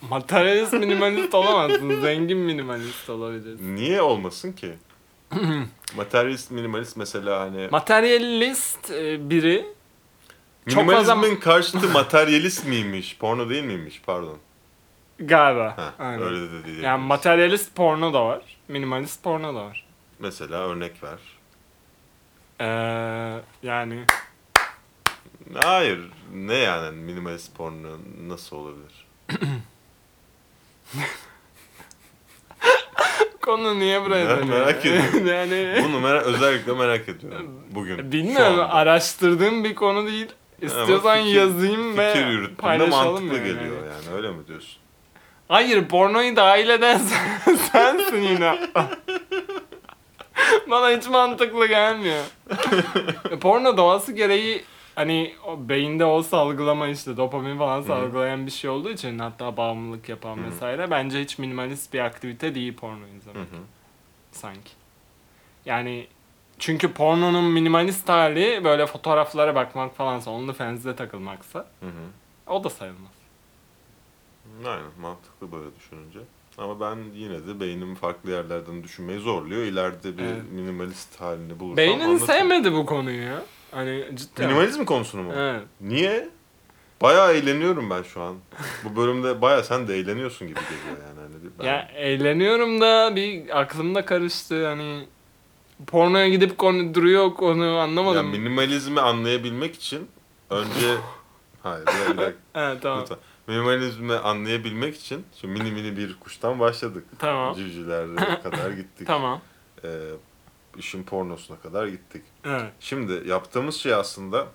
[SPEAKER 1] Materyalist minimalist olamazsın. Zengin minimalist olabilirsin.
[SPEAKER 2] Niye olmasın ki? materyalist minimalist mesela hani
[SPEAKER 1] Materyalist e, biri çok fazla-
[SPEAKER 2] minimalizmin karşıtı materyalist miymiş? Porno değil miymiş? Pardon.
[SPEAKER 1] galiba.
[SPEAKER 2] Ha,
[SPEAKER 1] Aynen.
[SPEAKER 2] öyle de değil.
[SPEAKER 1] Yani materyalist porno da var. Minimalist porno da var.
[SPEAKER 2] mesela örnek ver.
[SPEAKER 1] Ee, yani
[SPEAKER 2] Hayır. Ne yani minimalist porno nasıl olabilir?
[SPEAKER 1] konu niye buraya
[SPEAKER 2] Ben
[SPEAKER 1] dönüyor?
[SPEAKER 2] merak ediyorum.
[SPEAKER 1] yani
[SPEAKER 2] Bunu merak, özellikle merak ediyorum bugün.
[SPEAKER 1] E, bilmiyorum
[SPEAKER 2] şu anda.
[SPEAKER 1] araştırdığım bir konu değil. İstiyorsan
[SPEAKER 2] fikir-
[SPEAKER 1] yazayım ve
[SPEAKER 2] Fikir yürüttüğünde
[SPEAKER 1] paylaşalım
[SPEAKER 2] mantıklı
[SPEAKER 1] yani.
[SPEAKER 2] geliyor yani. öyle mi diyorsun?
[SPEAKER 1] Hayır pornoyu dahil eden sen- sensin yine. Bana hiç mantıklı gelmiyor. Porno doğası gereği hani o beyinde o salgılama işte dopamin falan salgılayan bir şey olduğu için hatta bağımlılık yapan
[SPEAKER 2] Hı hı.
[SPEAKER 1] vesaire bence hiç minimalist bir aktivite değil porno
[SPEAKER 2] Hı
[SPEAKER 1] izlemek
[SPEAKER 2] hı.
[SPEAKER 1] sanki. Yani çünkü pornonun minimalist hali böyle fotoğraflara bakmak falansa, onunla fenzize takılmaksa
[SPEAKER 2] Hı hı.
[SPEAKER 1] o da sayılmaz.
[SPEAKER 2] Aynen mantıklı böyle düşününce. Ama ben yine de beynim farklı yerlerden düşünmeyi zorluyor. İleride bir
[SPEAKER 1] Evet.
[SPEAKER 2] minimalist halini bulursam
[SPEAKER 1] Beynin
[SPEAKER 2] anlatırım.
[SPEAKER 1] sevmedi bu konuyu ya. Hani cidden.
[SPEAKER 2] Minimalizm konusunu mu?
[SPEAKER 1] Evet.
[SPEAKER 2] Niye? Bayağı eğleniyorum ben şu an. Bu bölümde bayağı sen de eğleniyorsun gibi geliyor yani. Hani ben...
[SPEAKER 1] Ya eğleniyorum da bir aklımda karıştı hani pornoya gidip konu duruyor onu
[SPEAKER 2] Ya
[SPEAKER 1] anlamadım.
[SPEAKER 2] minimalizmi anlayabilmek için önce... Hayır bir dakika.
[SPEAKER 1] evet tamam.
[SPEAKER 2] Lütfen. Minimalizmi anlayabilmek için şimdi mini mini bir kuştan başladık.
[SPEAKER 1] Tamam.
[SPEAKER 2] Civcivlere kadar gittik.
[SPEAKER 1] Tamam.
[SPEAKER 2] Ee, işin pornosuna kadar gittik.
[SPEAKER 1] Evet.
[SPEAKER 2] Şimdi yaptığımız şey aslında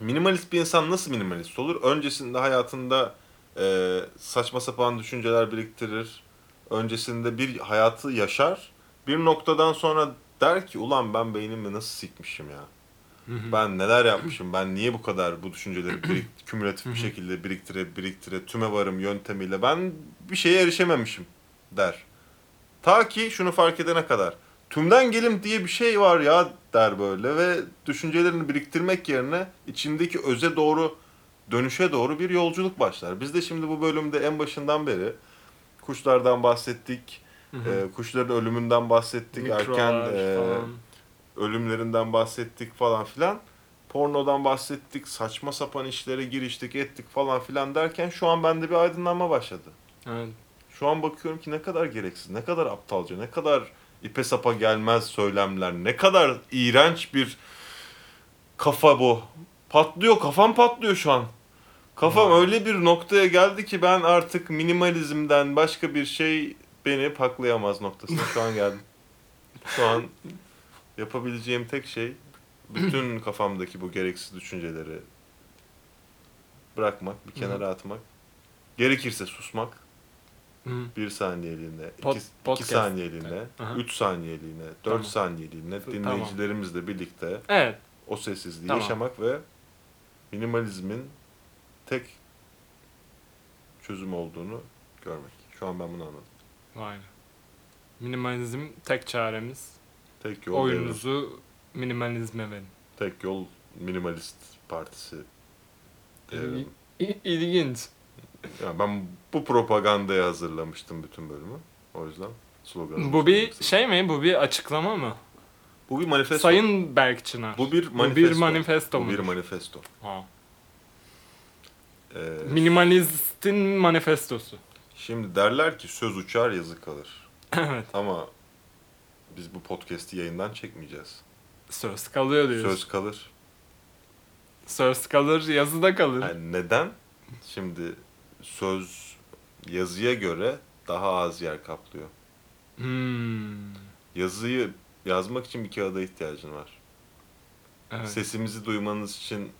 [SPEAKER 2] minimalist bir insan nasıl minimalist olur? Öncesinde hayatında e, saçma sapan düşünceler biriktirir. Öncesinde bir hayatı yaşar. Bir noktadan sonra der ki ulan ben beynimi nasıl sikmişim ya. Ben neler yapmışım? Ben niye bu kadar bu düşünceleri birik, kümülatif bir şekilde biriktire biriktire tüme varım yöntemiyle ben bir şeye erişememişim der. Ta ki şunu fark edene kadar. Tümden gelim diye bir şey var ya der böyle ve düşüncelerini biriktirmek yerine içindeki öze doğru dönüşe doğru bir yolculuk başlar. Biz de şimdi bu bölümde en başından beri kuşlardan bahsettik. e, kuşların ölümünden bahsettik.
[SPEAKER 1] Mikrolar
[SPEAKER 2] erken e,
[SPEAKER 1] falan.
[SPEAKER 2] ölümlerinden bahsettik falan filan. Pornodan bahsettik, saçma sapan işlere giriştik, ettik falan filan derken şu an bende bir aydınlanma başladı.
[SPEAKER 1] Evet.
[SPEAKER 2] Şu an bakıyorum ki ne kadar gereksiz, ne kadar aptalca, ne kadar ipe sapa gelmez söylemler, ne kadar iğrenç bir kafa bu. Patlıyor, kafam patlıyor şu an. Kafam öyle bir noktaya geldi ki ben artık minimalizmden başka bir şey beni paklayamaz noktasına şu an geldim. Şu an yapabileceğim tek şey bütün kafamdaki bu gereksiz düşünceleri bırakmak, bir kenara atmak. Gerekirse susmak.
[SPEAKER 1] Hı.
[SPEAKER 2] Bir saniyeliğine, iki,
[SPEAKER 1] Pod-
[SPEAKER 2] iki
[SPEAKER 1] podcast.
[SPEAKER 2] saniyeliğine,
[SPEAKER 1] Aha.
[SPEAKER 2] üç saniyeliğine, dört
[SPEAKER 1] Tamam.
[SPEAKER 2] saniyeliğine
[SPEAKER 1] Tamam.
[SPEAKER 2] dinleyicilerimizle birlikte
[SPEAKER 1] Evet.
[SPEAKER 2] o sessizliği
[SPEAKER 1] Tamam.
[SPEAKER 2] yaşamak ve minimalizmin tek çözüm olduğunu görmek. Şu an ben bunu anladım.
[SPEAKER 1] Vay be. Minimalizm tek çaremiz.
[SPEAKER 2] Tek yol devrim.
[SPEAKER 1] Oyunuzu minimalizme verin.
[SPEAKER 2] Tek yol minimalist partisi. devrim.
[SPEAKER 1] İl- İlginç.
[SPEAKER 2] Ya ben bu propagandaya hazırlamıştım bütün bölümü. O yüzden sloganı.
[SPEAKER 1] Bu bir şey mi? Bu bir açıklama mı?
[SPEAKER 2] bu bir manifesto.
[SPEAKER 1] Sayın Berkçınar.
[SPEAKER 2] bu bir
[SPEAKER 1] Bu
[SPEAKER 2] manifesto.
[SPEAKER 1] bir manifesto
[SPEAKER 2] Bu bir
[SPEAKER 1] mu?
[SPEAKER 2] manifesto.
[SPEAKER 1] Ha.
[SPEAKER 2] Ee,
[SPEAKER 1] Minimalistin manifestosu.
[SPEAKER 2] Şimdi derler ki söz uçar yazı kalır.
[SPEAKER 1] Evet.
[SPEAKER 2] Ama biz bu podcast'i yayından çekmeyeceğiz.
[SPEAKER 1] Söz kalıyor diyorsun.
[SPEAKER 2] Söz kalır.
[SPEAKER 1] Söz kalır, yazı da kalır.
[SPEAKER 2] Yani neden? Şimdi söz yazıya göre daha az yer kaplıyor.
[SPEAKER 1] Hmm.
[SPEAKER 2] Yazıyı yazmak için bir kağıda ihtiyacın var.
[SPEAKER 1] Evet.
[SPEAKER 2] Sesimizi duymanız için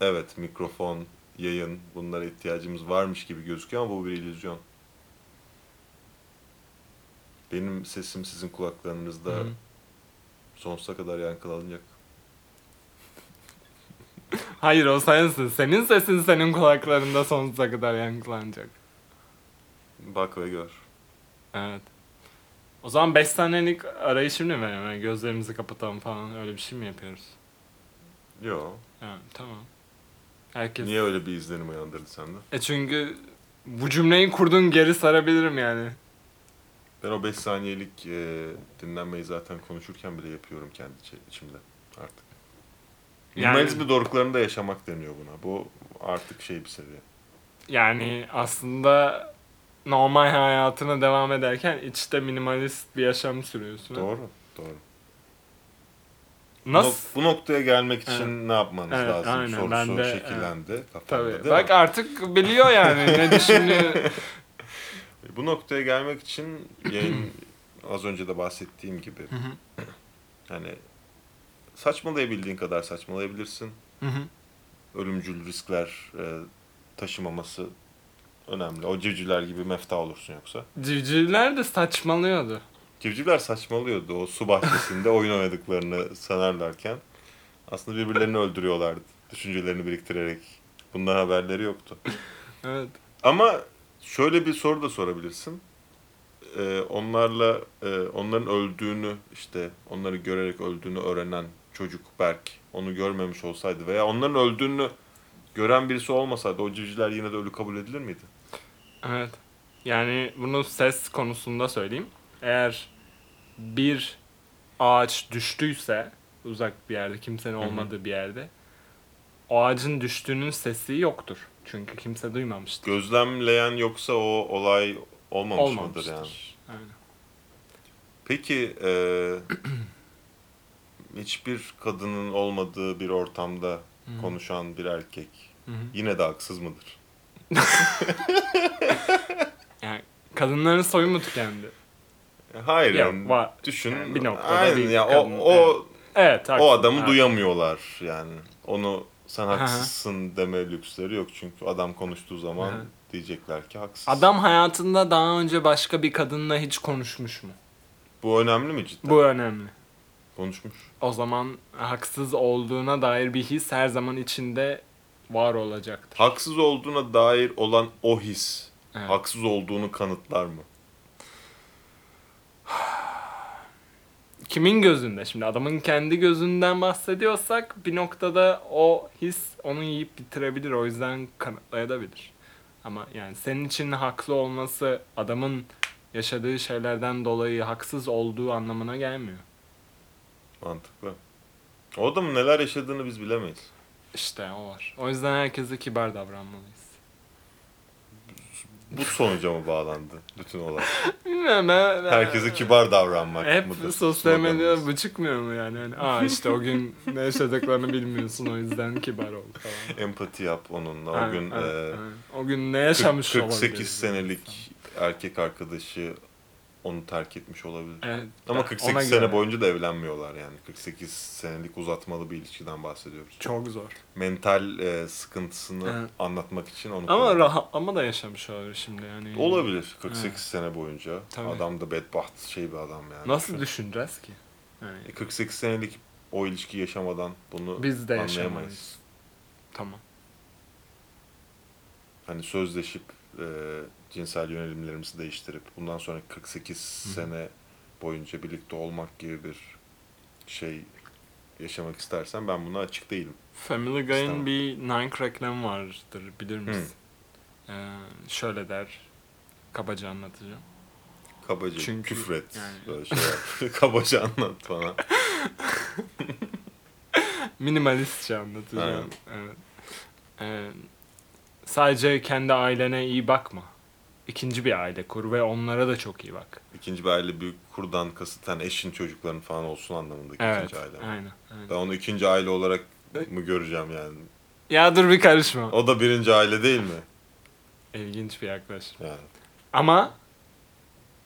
[SPEAKER 2] evet mikrofon, yayın bunlara ihtiyacımız varmış gibi gözüküyor ama bu bir illüzyon. Benim sesim sizin kulaklarınızda
[SPEAKER 1] Hı.
[SPEAKER 2] sonsuza kadar yankılanacak.
[SPEAKER 1] Hayır o sensin. Senin sesin senin kulaklarında sonsuza kadar yankılanacak.
[SPEAKER 2] Bak ve gör.
[SPEAKER 1] Evet. O zaman 5 saniyelik arayı şimdi mi verelim? Yani gözlerimizi kapatalım falan öyle bir şey mi yapıyoruz?
[SPEAKER 2] Yo.
[SPEAKER 1] Evet tamam. Herkes...
[SPEAKER 2] Niye öyle bir izlenim uyandırdı sende?
[SPEAKER 1] E çünkü bu cümleyi kurdun geri sarabilirim yani.
[SPEAKER 2] Ben o 5 saniyelik e, dinlenmeyi zaten konuşurken bile yapıyorum kendi içi- içimde artık.
[SPEAKER 1] Yani-
[SPEAKER 2] Minimalizmi doruklarında yaşamak deniyor buna. Bu artık şey bir seviye.
[SPEAKER 1] Yani aslında normal hayatına devam ederken içte minimalist bir yaşam sürüyorsun.
[SPEAKER 2] Doğru. Doğru. Bu
[SPEAKER 1] Nasıl?
[SPEAKER 2] nok- Bu noktaya gelmek için ne yapmanız
[SPEAKER 1] Evet,
[SPEAKER 2] lazım
[SPEAKER 1] aynen.
[SPEAKER 2] sorusu
[SPEAKER 1] Ben de-
[SPEAKER 2] şekillendi kafamda
[SPEAKER 1] Tabii.
[SPEAKER 2] değil
[SPEAKER 1] Bak
[SPEAKER 2] mi?
[SPEAKER 1] artık biliyor yani ne düşünüyor.
[SPEAKER 2] E, Bu noktaya gelmek için yayın az önce de bahsettiğim gibi
[SPEAKER 1] hı.
[SPEAKER 2] yani saçmalayabildiğin kadar saçmalayabilirsin.
[SPEAKER 1] Hı hı.
[SPEAKER 2] ölümcül riskler e, taşımaması önemli. O civcivler gibi mefta olursun yoksa.
[SPEAKER 1] Civcivler de saçmalıyordu.
[SPEAKER 2] Civcivler saçmalıyordu o su bahçesinde oyun oynadıklarını sanarlarken. Aslında birbirlerini öldürüyorlardı. Düşüncelerini biriktirerek. Bundan haberleri yoktu.
[SPEAKER 1] Evet.
[SPEAKER 2] Ama şöyle bir soru da sorabilirsin. Ee, onlarla e, onların öldüğünü işte onları görerek öldüğünü öğrenen çocuk Berk onu görmemiş olsaydı veya onların öldüğünü gören birisi olmasaydı o civcivler yine de ölü kabul edilir miydi?
[SPEAKER 1] Evet. Yani bunu ses konusunda söyleyeyim. Eğer bir ağaç düştüyse uzak bir yerde kimsenin
[SPEAKER 2] hı.
[SPEAKER 1] olmadığı bir yerde o ağacın düştüğünün sesi yoktur. Çünkü kimse duymamıştır.
[SPEAKER 2] Gözlemleyen yoksa o olay olmamış mıdır
[SPEAKER 1] Olmamıştır.
[SPEAKER 2] yani?
[SPEAKER 1] Aynen.
[SPEAKER 2] Peki e, hiçbir kadının olmadığı bir ortamda konuşan bir erkek
[SPEAKER 1] Hı hı.
[SPEAKER 2] yine de haksız mıdır?
[SPEAKER 1] Yani kadınların soyu mu tükendi?
[SPEAKER 2] E, Hayır
[SPEAKER 1] Ya,
[SPEAKER 2] yani
[SPEAKER 1] var.
[SPEAKER 2] düşün.
[SPEAKER 1] Yani bir noktada
[SPEAKER 2] Aynen
[SPEAKER 1] bir
[SPEAKER 2] ya
[SPEAKER 1] kadın,
[SPEAKER 2] o o
[SPEAKER 1] Evet.
[SPEAKER 2] o
[SPEAKER 1] haklısın.
[SPEAKER 2] adamı
[SPEAKER 1] Ha.
[SPEAKER 2] duyamıyorlar yani. Onu sen
[SPEAKER 1] Aha.
[SPEAKER 2] haksızsın deme lüksleri yok çünkü adam konuştuğu zaman
[SPEAKER 1] Aha.
[SPEAKER 2] diyecekler ki haksız.
[SPEAKER 1] Adam hayatında daha önce başka bir kadınla hiç konuşmuş mu?
[SPEAKER 2] bu önemli mi cidden?
[SPEAKER 1] Bu önemli.
[SPEAKER 2] Konuşmuş.
[SPEAKER 1] O zaman haksız olduğuna dair bir his her zaman içinde var olacaktır.
[SPEAKER 2] Haksız olduğuna dair olan o his
[SPEAKER 1] Evet.
[SPEAKER 2] haksız olduğunu kanıtlar mı?
[SPEAKER 1] Kimin gözünde? Şimdi adamın kendi gözünden bahsediyorsak bir noktada o his onu yiyip bitirebilir. O yüzden kanıtlayabilir. Ama yani senin için haklı olması adamın yaşadığı şeylerden dolayı haksız olduğu anlamına gelmiyor.
[SPEAKER 2] Mantıklı. O adamın neler yaşadığını biz bilemeyiz.
[SPEAKER 1] İşte o var. O yüzden herkese kibar davranmalıyız.
[SPEAKER 2] Bu sonuca mı bağlandı bütün olay?
[SPEAKER 1] Bilmiyorum ben.
[SPEAKER 2] Herkese kibar davranmak
[SPEAKER 1] Hep
[SPEAKER 2] mıdır?
[SPEAKER 1] sosyal medyada
[SPEAKER 2] sloganımız?
[SPEAKER 1] bu çıkmıyor mu yani? Hani, Aa işte o gün ne yaşadıklarını bilmiyorsun o yüzden kibar ol falan.
[SPEAKER 2] Empati yap onunla.
[SPEAKER 1] Aynen,
[SPEAKER 2] o gün
[SPEAKER 1] aynen,
[SPEAKER 2] e,
[SPEAKER 1] aynen. o gün ne yaşamış
[SPEAKER 2] 40 48
[SPEAKER 1] olabilir?
[SPEAKER 2] senelik erkek arkadaşı onu terk etmiş olabilir.
[SPEAKER 1] Evet,
[SPEAKER 2] Ama
[SPEAKER 1] yani
[SPEAKER 2] 48
[SPEAKER 1] ona
[SPEAKER 2] sene
[SPEAKER 1] göre.
[SPEAKER 2] boyunca da evlenmiyorlar yani. 48 senelik uzatmalı bir ilişkiden bahsediyoruz.
[SPEAKER 1] Çok zor.
[SPEAKER 2] Mental e, sıkıntısını
[SPEAKER 1] Evet.
[SPEAKER 2] anlatmak için onu
[SPEAKER 1] Ama
[SPEAKER 2] kullanıyor.
[SPEAKER 1] rahatlama da yaşamış olabilir şimdi yani.
[SPEAKER 2] Olabilir 48 sene boyunca.
[SPEAKER 1] Tabii.
[SPEAKER 2] Adam da bedbaht şey bir adam yani.
[SPEAKER 1] Nasıl
[SPEAKER 2] Düşün.
[SPEAKER 1] düşüneceğiz ki? Yani
[SPEAKER 2] E, 48 senelik o ilişki yaşamadan bunu
[SPEAKER 1] biz de yaşamayız.
[SPEAKER 2] E, anlayamayız.
[SPEAKER 1] Tamam.
[SPEAKER 2] Hani sözleşip e, cinsel yönelimlerimizi değiştirip bundan sonra 48 sene boyunca birlikte olmak gibi bir şey yaşamak istersen ben buna açık değilim.
[SPEAKER 1] Family Guy'ın
[SPEAKER 2] İstemem.
[SPEAKER 1] bir Nine reklam vardır bilir misin? Ee, şöyle der. Kabaca anlatacağım.
[SPEAKER 2] Kabaca
[SPEAKER 1] Çünkü-
[SPEAKER 2] küfür et.
[SPEAKER 1] yani.
[SPEAKER 2] Böyle şeyler. Kabaca anlat bana.
[SPEAKER 1] Minimalistçe anlatacağım. şey Evet. Ee, sadece kendi ailene iyi bakma. İkinci bir aile kur ve onlara da çok iyi bak.
[SPEAKER 2] İkinci bir aile büyük kurdan kasıtan eşin çocukların falan olsun anlamındaki
[SPEAKER 1] Evet.
[SPEAKER 2] ikinci aile. mi?
[SPEAKER 1] Aynen. aynen.
[SPEAKER 2] Ben onu ikinci aile olarak mı göreceğim yani?
[SPEAKER 1] Ya dur bir karışma.
[SPEAKER 2] O da birinci aile değil mi?
[SPEAKER 1] İlginç bir yaklaşım.
[SPEAKER 2] Yani.
[SPEAKER 1] Ama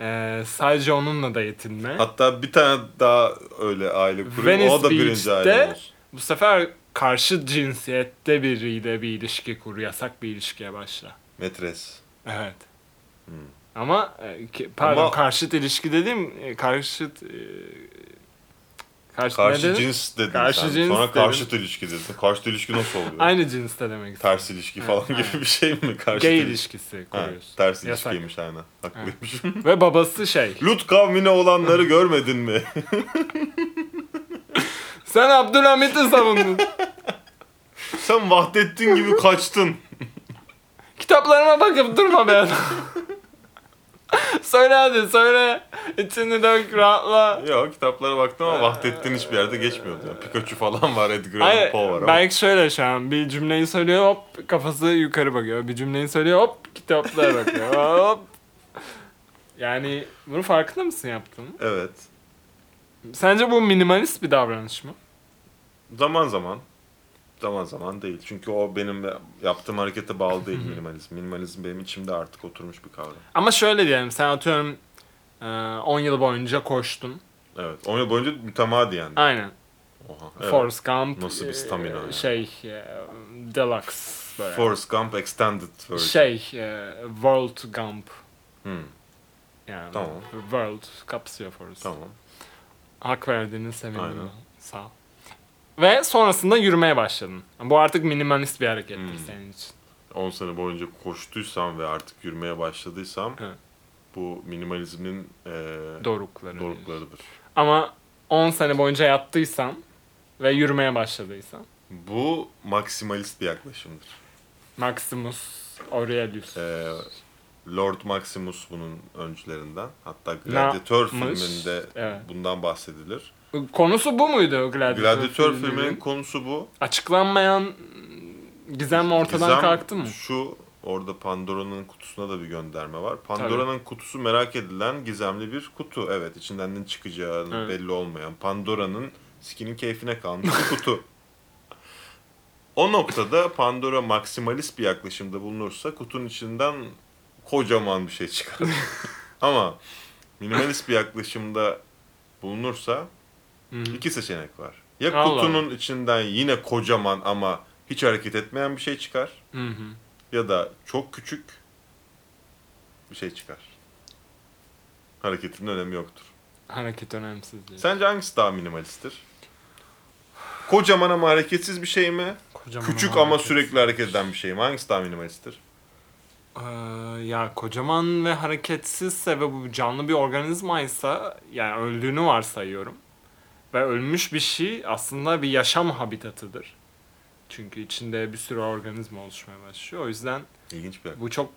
[SPEAKER 1] e, sadece onunla da yetinme.
[SPEAKER 2] Hatta bir tane daha öyle aile kurayım.
[SPEAKER 1] Venice
[SPEAKER 2] O da birinci
[SPEAKER 1] Beach'te-
[SPEAKER 2] aile olsun.
[SPEAKER 1] Bu sefer karşı cinsiyette biriyle bir ilişki kur. Yasak bir ilişkiye başla.
[SPEAKER 2] Metres.
[SPEAKER 1] Evet.
[SPEAKER 2] Hmm.
[SPEAKER 1] Ama e, ki- pardon
[SPEAKER 2] Ama-
[SPEAKER 1] karşıt ilişki dediğim e, karşıt e, karşıt ne
[SPEAKER 2] Karşı
[SPEAKER 1] dedim?
[SPEAKER 2] cins dedin
[SPEAKER 1] Karşı
[SPEAKER 2] sen.
[SPEAKER 1] cins
[SPEAKER 2] Sonra
[SPEAKER 1] dedim.
[SPEAKER 2] karşıt ilişki dedin. Karşıt ilişki nasıl oluyor?
[SPEAKER 1] Aynı cinste demek istedim.
[SPEAKER 2] Ters ilişki
[SPEAKER 1] Ha,
[SPEAKER 2] falan
[SPEAKER 1] ha.
[SPEAKER 2] gibi bir şey mi? Karşıt
[SPEAKER 1] Gay
[SPEAKER 2] ilişki.
[SPEAKER 1] ilişkisi
[SPEAKER 2] Ha,
[SPEAKER 1] kuruyorsun.
[SPEAKER 2] ters
[SPEAKER 1] Yasak.
[SPEAKER 2] ilişkiymiş aynen. Haklıymış.
[SPEAKER 1] Ve babası şey.
[SPEAKER 2] Lut kavmine olanları görmedin mi?
[SPEAKER 1] Sen Abdülhamit'i savundun.
[SPEAKER 2] Sen Vahdettin gibi kaçtın.
[SPEAKER 1] Kitaplarıma bakıp durma be adam. söyle hadi söyle. İçini dök rahatla.
[SPEAKER 2] Ya kitaplara baktım ama Vahdettin hiçbir yerde geçmiyordu. ya. Pikachu falan var, Edgar Allan
[SPEAKER 1] Hayır,
[SPEAKER 2] Poe var ama.
[SPEAKER 1] belki şöyle şu an bir cümleyi söylüyor hop kafası yukarı bakıyor. Bir cümleyi söylüyor hop kitaplara bakıyor hop. Yani bunu farkında mısın yaptığını?
[SPEAKER 2] Evet.
[SPEAKER 1] Sence bu minimalist bir davranış mı?
[SPEAKER 2] Zaman zaman. Zaman zaman değil. Çünkü o benim yaptığım harekete bağlı değil minimalizm. Minimalizm benim içimde artık oturmuş bir kavram.
[SPEAKER 1] Ama şöyle diyelim sen atıyorum e, 10 yıl boyunca koştun.
[SPEAKER 2] Evet. 10 yıl boyunca mütemadiyen.
[SPEAKER 1] Aynen.
[SPEAKER 2] Oha. Evet.
[SPEAKER 1] Forrest Gump.
[SPEAKER 2] Nasıl bir
[SPEAKER 1] e,
[SPEAKER 2] stamina yani.
[SPEAKER 1] Şey e, Deluxe. Böyle.
[SPEAKER 2] Forrest Gump Extended version.
[SPEAKER 1] Şey e, World Gump.
[SPEAKER 2] Hmm,
[SPEAKER 1] Yani
[SPEAKER 2] Tamam.
[SPEAKER 1] World kapsıyor Forrest.
[SPEAKER 2] tamam.
[SPEAKER 1] Hak verdiğini sevindim.
[SPEAKER 2] Aynen.
[SPEAKER 1] Sağ ol. Ve sonrasında yürümeye başladın. Bu artık minimalist bir harekettir
[SPEAKER 2] Hmm.
[SPEAKER 1] senin için.
[SPEAKER 2] 10 sene boyunca koştuysam ve artık yürümeye başladıysam
[SPEAKER 1] Evet.
[SPEAKER 2] bu minimalizmin eee
[SPEAKER 1] Dorukları.
[SPEAKER 2] doruklarıdır.
[SPEAKER 1] Ama 10 sene boyunca yattıysan ve yürümeye başladıysan.
[SPEAKER 2] Bu maksimalist bir yaklaşımdır. Ee,
[SPEAKER 1] Maximus Aurelius.
[SPEAKER 2] Eee Lord Maximus bunun öncülerinden. Hatta Gladiator
[SPEAKER 1] Namus,
[SPEAKER 2] filminde
[SPEAKER 1] evet.
[SPEAKER 2] bundan bahsedilir.
[SPEAKER 1] Konusu bu muydu Gladiator,
[SPEAKER 2] Gladiator
[SPEAKER 1] filminin?
[SPEAKER 2] filminin konusu bu.
[SPEAKER 1] Açıklanmayan gizem ortadan
[SPEAKER 2] Gizem
[SPEAKER 1] kalktı mı?
[SPEAKER 2] Şu orada Pandora'nın kutusuna da bir gönderme var. Pandora'nın kutusu merak edilen gizemli bir kutu. Evet içinden ne çıkacağı
[SPEAKER 1] Evet.
[SPEAKER 2] belli olmayan Pandora'nın sikinin keyfine kalmış bir kutu. O noktada Pandora maksimalist bir yaklaşımda bulunursa kutunun içinden kocaman bir şey çıkar. Ama minimalist bir yaklaşımda bulunursa
[SPEAKER 1] Hı hı.
[SPEAKER 2] İki seçenek var. Ya
[SPEAKER 1] Allah.
[SPEAKER 2] kutunun içinden yine kocaman ama hiç hareket etmeyen bir şey çıkar
[SPEAKER 1] Hı hı.
[SPEAKER 2] ya da çok küçük bir şey çıkar. Hareketin önemi yoktur.
[SPEAKER 1] Hareket önemsiz diye.
[SPEAKER 2] Sence hangisi daha minimalisttir? Kocaman ama hareketsiz bir şey mi?
[SPEAKER 1] Kocaman
[SPEAKER 2] küçük ama
[SPEAKER 1] hareket.
[SPEAKER 2] sürekli hareket eden bir şey mi? Hangisi daha minimalisttir?
[SPEAKER 1] Ee, ya kocaman ve hareketsizse ve bu canlı bir organizmaysa yani öldüğünü varsayıyorum. Ve ölmüş bir şey aslında bir yaşam habitatıdır. Çünkü içinde bir sürü organizma oluşmaya başlıyor. O yüzden
[SPEAKER 2] İlginç bir yaklaşım.
[SPEAKER 1] bu çok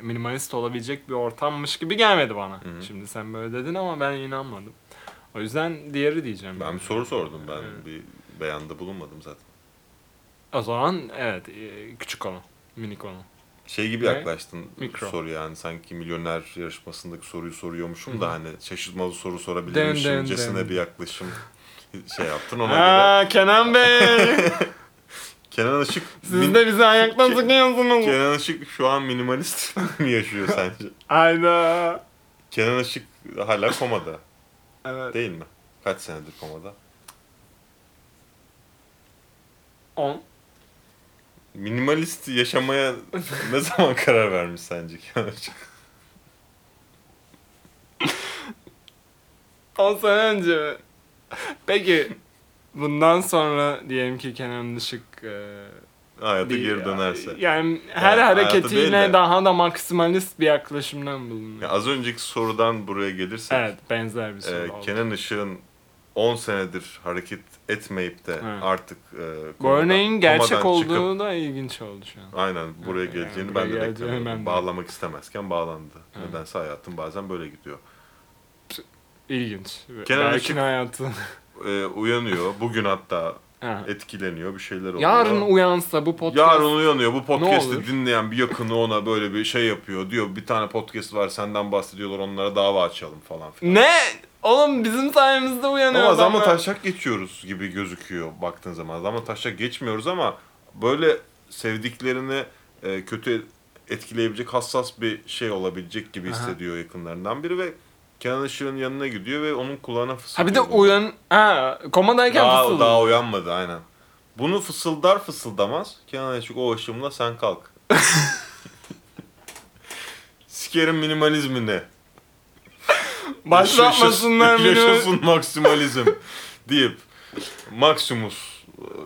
[SPEAKER 1] minimalist olabilecek bir ortammış gibi gelmedi bana.
[SPEAKER 2] Hı hı.
[SPEAKER 1] Şimdi sen böyle dedin ama ben inanmadım. O yüzden diğeri diyeceğim.
[SPEAKER 2] Ben bir soru sordum. Ben
[SPEAKER 1] Evet.
[SPEAKER 2] bir beyanda bulunmadım zaten.
[SPEAKER 1] O zaman evet e, küçük olan, minik olan.
[SPEAKER 2] Şey gibi
[SPEAKER 1] Ne?
[SPEAKER 2] yaklaştın
[SPEAKER 1] Mikro.
[SPEAKER 2] soru yani sanki milyoner yarışmasındaki soruyu soruyormuşum
[SPEAKER 1] Hı
[SPEAKER 2] da
[SPEAKER 1] hı.
[SPEAKER 2] hani şaşırtmalı soru
[SPEAKER 1] Den, den,
[SPEAKER 2] sorabilmişimcesine
[SPEAKER 1] den.
[SPEAKER 2] bir yaklaşım şey yaptın ona göre.
[SPEAKER 1] Aa, Kenan Bey!
[SPEAKER 2] Kenan Işık min-
[SPEAKER 1] Siz de bizi ayaktan
[SPEAKER 2] Ke-
[SPEAKER 1] sıkıyorsunuz.
[SPEAKER 2] Kenan Işık şu an minimalist mi yaşıyor sence?
[SPEAKER 1] Ayda.
[SPEAKER 2] Kenan Işık hala komada
[SPEAKER 1] Evet.
[SPEAKER 2] değil mi? Kaç senedir komada?
[SPEAKER 1] 10.
[SPEAKER 2] Minimalist yaşamaya ne zaman karar vermiş sence Kenan Işık?
[SPEAKER 1] 10 sene önce mi? Peki bundan sonra diyelim ki Kenan Işık e,
[SPEAKER 2] Hayata
[SPEAKER 1] bir- e,
[SPEAKER 2] geri dönerse.
[SPEAKER 1] Yani her
[SPEAKER 2] Ya, hayatı değil
[SPEAKER 1] hareketiyle
[SPEAKER 2] de-
[SPEAKER 1] daha da maksimalist bir yaklaşımdan bulunuyor.
[SPEAKER 2] Ya az önceki sorudan buraya gelirsek.
[SPEAKER 1] evet benzer bir soru
[SPEAKER 2] Ee,
[SPEAKER 1] oldu.
[SPEAKER 2] Kenan Işık'ın 10 senedir hareket etmeyip de
[SPEAKER 1] Evet.
[SPEAKER 2] artık e,
[SPEAKER 1] Bu örneğin
[SPEAKER 2] komadan-
[SPEAKER 1] gerçek
[SPEAKER 2] komadan çıkıp-
[SPEAKER 1] olduğu da ilginç oldu şu an.
[SPEAKER 2] aynen buraya
[SPEAKER 1] Evet, yani
[SPEAKER 2] geleceğini
[SPEAKER 1] buraya
[SPEAKER 2] ben de
[SPEAKER 1] geleceğini
[SPEAKER 2] beklemiyordum.
[SPEAKER 1] ben de.
[SPEAKER 2] Bağlamak istemezken bağlandı.
[SPEAKER 1] Evet.
[SPEAKER 2] Nedense hayatım bazen böyle gidiyor.
[SPEAKER 1] İlginç.
[SPEAKER 2] Kenan
[SPEAKER 1] Belki
[SPEAKER 2] Işık-
[SPEAKER 1] hayatı.
[SPEAKER 2] Ee, uyanıyor. Bugün hatta
[SPEAKER 1] Ha.
[SPEAKER 2] etkileniyor. Bir şeyler oluyor.
[SPEAKER 1] Yarın uyansa bu podcast
[SPEAKER 2] Yarın uyanıyor. Bu
[SPEAKER 1] Ne
[SPEAKER 2] podcast'i
[SPEAKER 1] olur?
[SPEAKER 2] dinleyen bir yakını ona böyle bir şey yapıyor. Diyor bir tane podcast var senden bahsediyorlar onlara dava açalım falan filan.
[SPEAKER 1] Ne? Oğlum bizim sayemizde uyanıyor
[SPEAKER 2] Ama zamla
[SPEAKER 1] adamlar.
[SPEAKER 2] taşak geçiyoruz gibi gözüküyor baktığın zaman. Zamla taşak geçmiyoruz ama böyle sevdiklerini e, kötü etkileyebilecek hassas bir şey olabilecek gibi
[SPEAKER 1] Aha.
[SPEAKER 2] hissediyor yakınlarından biri ve Kenan Işık'ın yanına gidiyor ve onun kulağına
[SPEAKER 1] Ha
[SPEAKER 2] fısıldıyor.
[SPEAKER 1] bir de uyan... Ha komadayken
[SPEAKER 2] daha,
[SPEAKER 1] fısıldıyor.
[SPEAKER 2] daha uyanmadı aynen. Bunu fısıldar fısıldamaz Kenan Işık o ışımla sen kalk. Sikerim minimalizmini.
[SPEAKER 1] Başlatmasınlar
[SPEAKER 2] Yaşasın-
[SPEAKER 1] beni.
[SPEAKER 2] Yaşasın maksimalizm deyip Maximus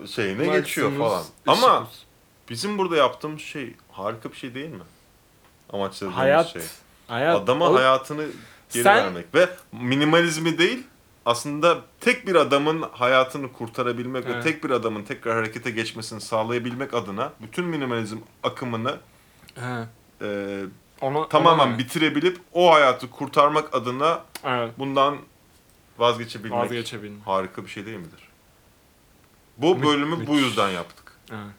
[SPEAKER 2] e, şeyine
[SPEAKER 1] Maximus
[SPEAKER 2] geçiyor falan.
[SPEAKER 1] Işık.
[SPEAKER 2] Ama bizim burada yaptığımız şey harika bir şey değil mi? Amaçladığımız
[SPEAKER 1] hayat,
[SPEAKER 2] şey.
[SPEAKER 1] hayat.
[SPEAKER 2] Adama
[SPEAKER 1] o-
[SPEAKER 2] hayatını geri
[SPEAKER 1] Sen-
[SPEAKER 2] vermek ve minimalizmi değil aslında tek bir adamın hayatını kurtarabilmek ve
[SPEAKER 1] Evet.
[SPEAKER 2] tek bir adamın tekrar harekete geçmesini sağlayabilmek adına bütün minimalizm akımını
[SPEAKER 1] He,
[SPEAKER 2] e,
[SPEAKER 1] Onu,
[SPEAKER 2] tamamen
[SPEAKER 1] onu-
[SPEAKER 2] bitirebilip o hayatı kurtarmak adına
[SPEAKER 1] Evet,
[SPEAKER 2] bundan vazgeçebilmek
[SPEAKER 1] vazgeçebilme.
[SPEAKER 2] harika bir şey değil midir? Bu
[SPEAKER 1] Mü-
[SPEAKER 2] bölümü bu
[SPEAKER 1] müthiş.
[SPEAKER 2] yüzden yaptık.
[SPEAKER 1] Evet.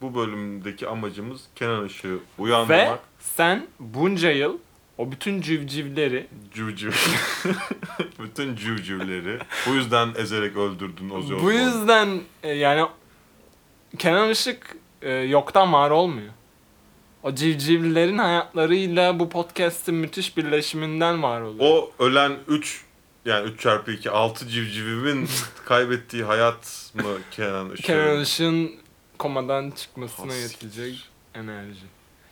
[SPEAKER 2] Bu bölümdeki amacımız Kenan Işık'ı
[SPEAKER 1] Ve
[SPEAKER 2] uyandırmak.
[SPEAKER 1] sen bunca yıl o bütün civcivleri
[SPEAKER 2] Civciv. Bütün civcivleri. Bu yüzden ezerek öldürdün Ozzy
[SPEAKER 1] bu
[SPEAKER 2] Osbourne.
[SPEAKER 1] yüzden e, yani Kenan Işık e, yoktan var olmuyor. O civcivlerin hayatlarıyla bu podcast'in müthiş birleşiminden var oluyor.
[SPEAKER 2] O ölen 3 yani 3 çarpı 2 6 civcivimin kaybettiği hayat mı Kenan Işık?
[SPEAKER 1] Kenan Işık'ın komadan çıkmasına yetecek enerji.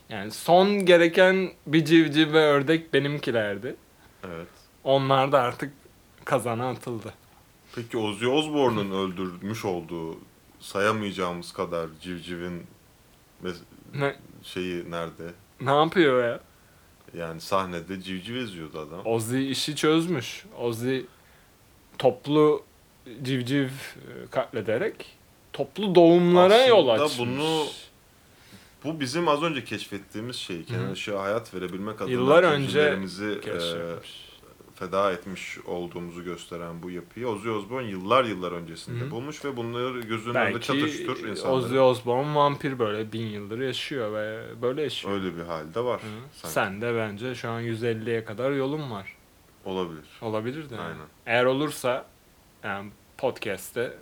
[SPEAKER 1] Yani son gereken bir civciv ve ördek benimkilerdi.
[SPEAKER 2] Evet.
[SPEAKER 1] Onlar da artık kazana atıldı.
[SPEAKER 2] Peki Ozzy Osbourne'un öldürmüş olduğu sayamayacağımız kadar civcivin mes-
[SPEAKER 1] Ne,
[SPEAKER 2] şeyi nerede?
[SPEAKER 1] ne yapıyor ya?
[SPEAKER 2] Yani sahnede civciv eziyordu adam.
[SPEAKER 1] Ozzy işi çözmüş. Ozzy toplu civciv e, katlederek toplu doğumlara yol
[SPEAKER 2] Aslında
[SPEAKER 1] açmış.
[SPEAKER 2] bunu Bu bizim az önce keşfettiğimiz şey. Kenan Işık'a hayat verebilmek adına
[SPEAKER 1] Yıllar önce
[SPEAKER 2] tecrübelerimizi, e,
[SPEAKER 1] Keşfetmiş.
[SPEAKER 2] feda etmiş olduğumuzu gösteren bu yapıyı Ozzy Osbourne yıllar yıllar öncesinde
[SPEAKER 1] Hı.
[SPEAKER 2] bulmuş ve bunları gözünün önünde
[SPEAKER 1] Belki
[SPEAKER 2] çatıştır insanları.
[SPEAKER 1] Ozzy Osbourne vampir böyle bin yıldır yaşıyor ve böyle yaşıyor.
[SPEAKER 2] Öyle bir halde var.
[SPEAKER 1] Hı.
[SPEAKER 2] sanki.
[SPEAKER 1] Sen de bence şu an 150'ye kadar yolun var.
[SPEAKER 2] Olabilir.
[SPEAKER 1] Olabilir de. yani.
[SPEAKER 2] Aynen.
[SPEAKER 1] Eğer olursa yani podcast'te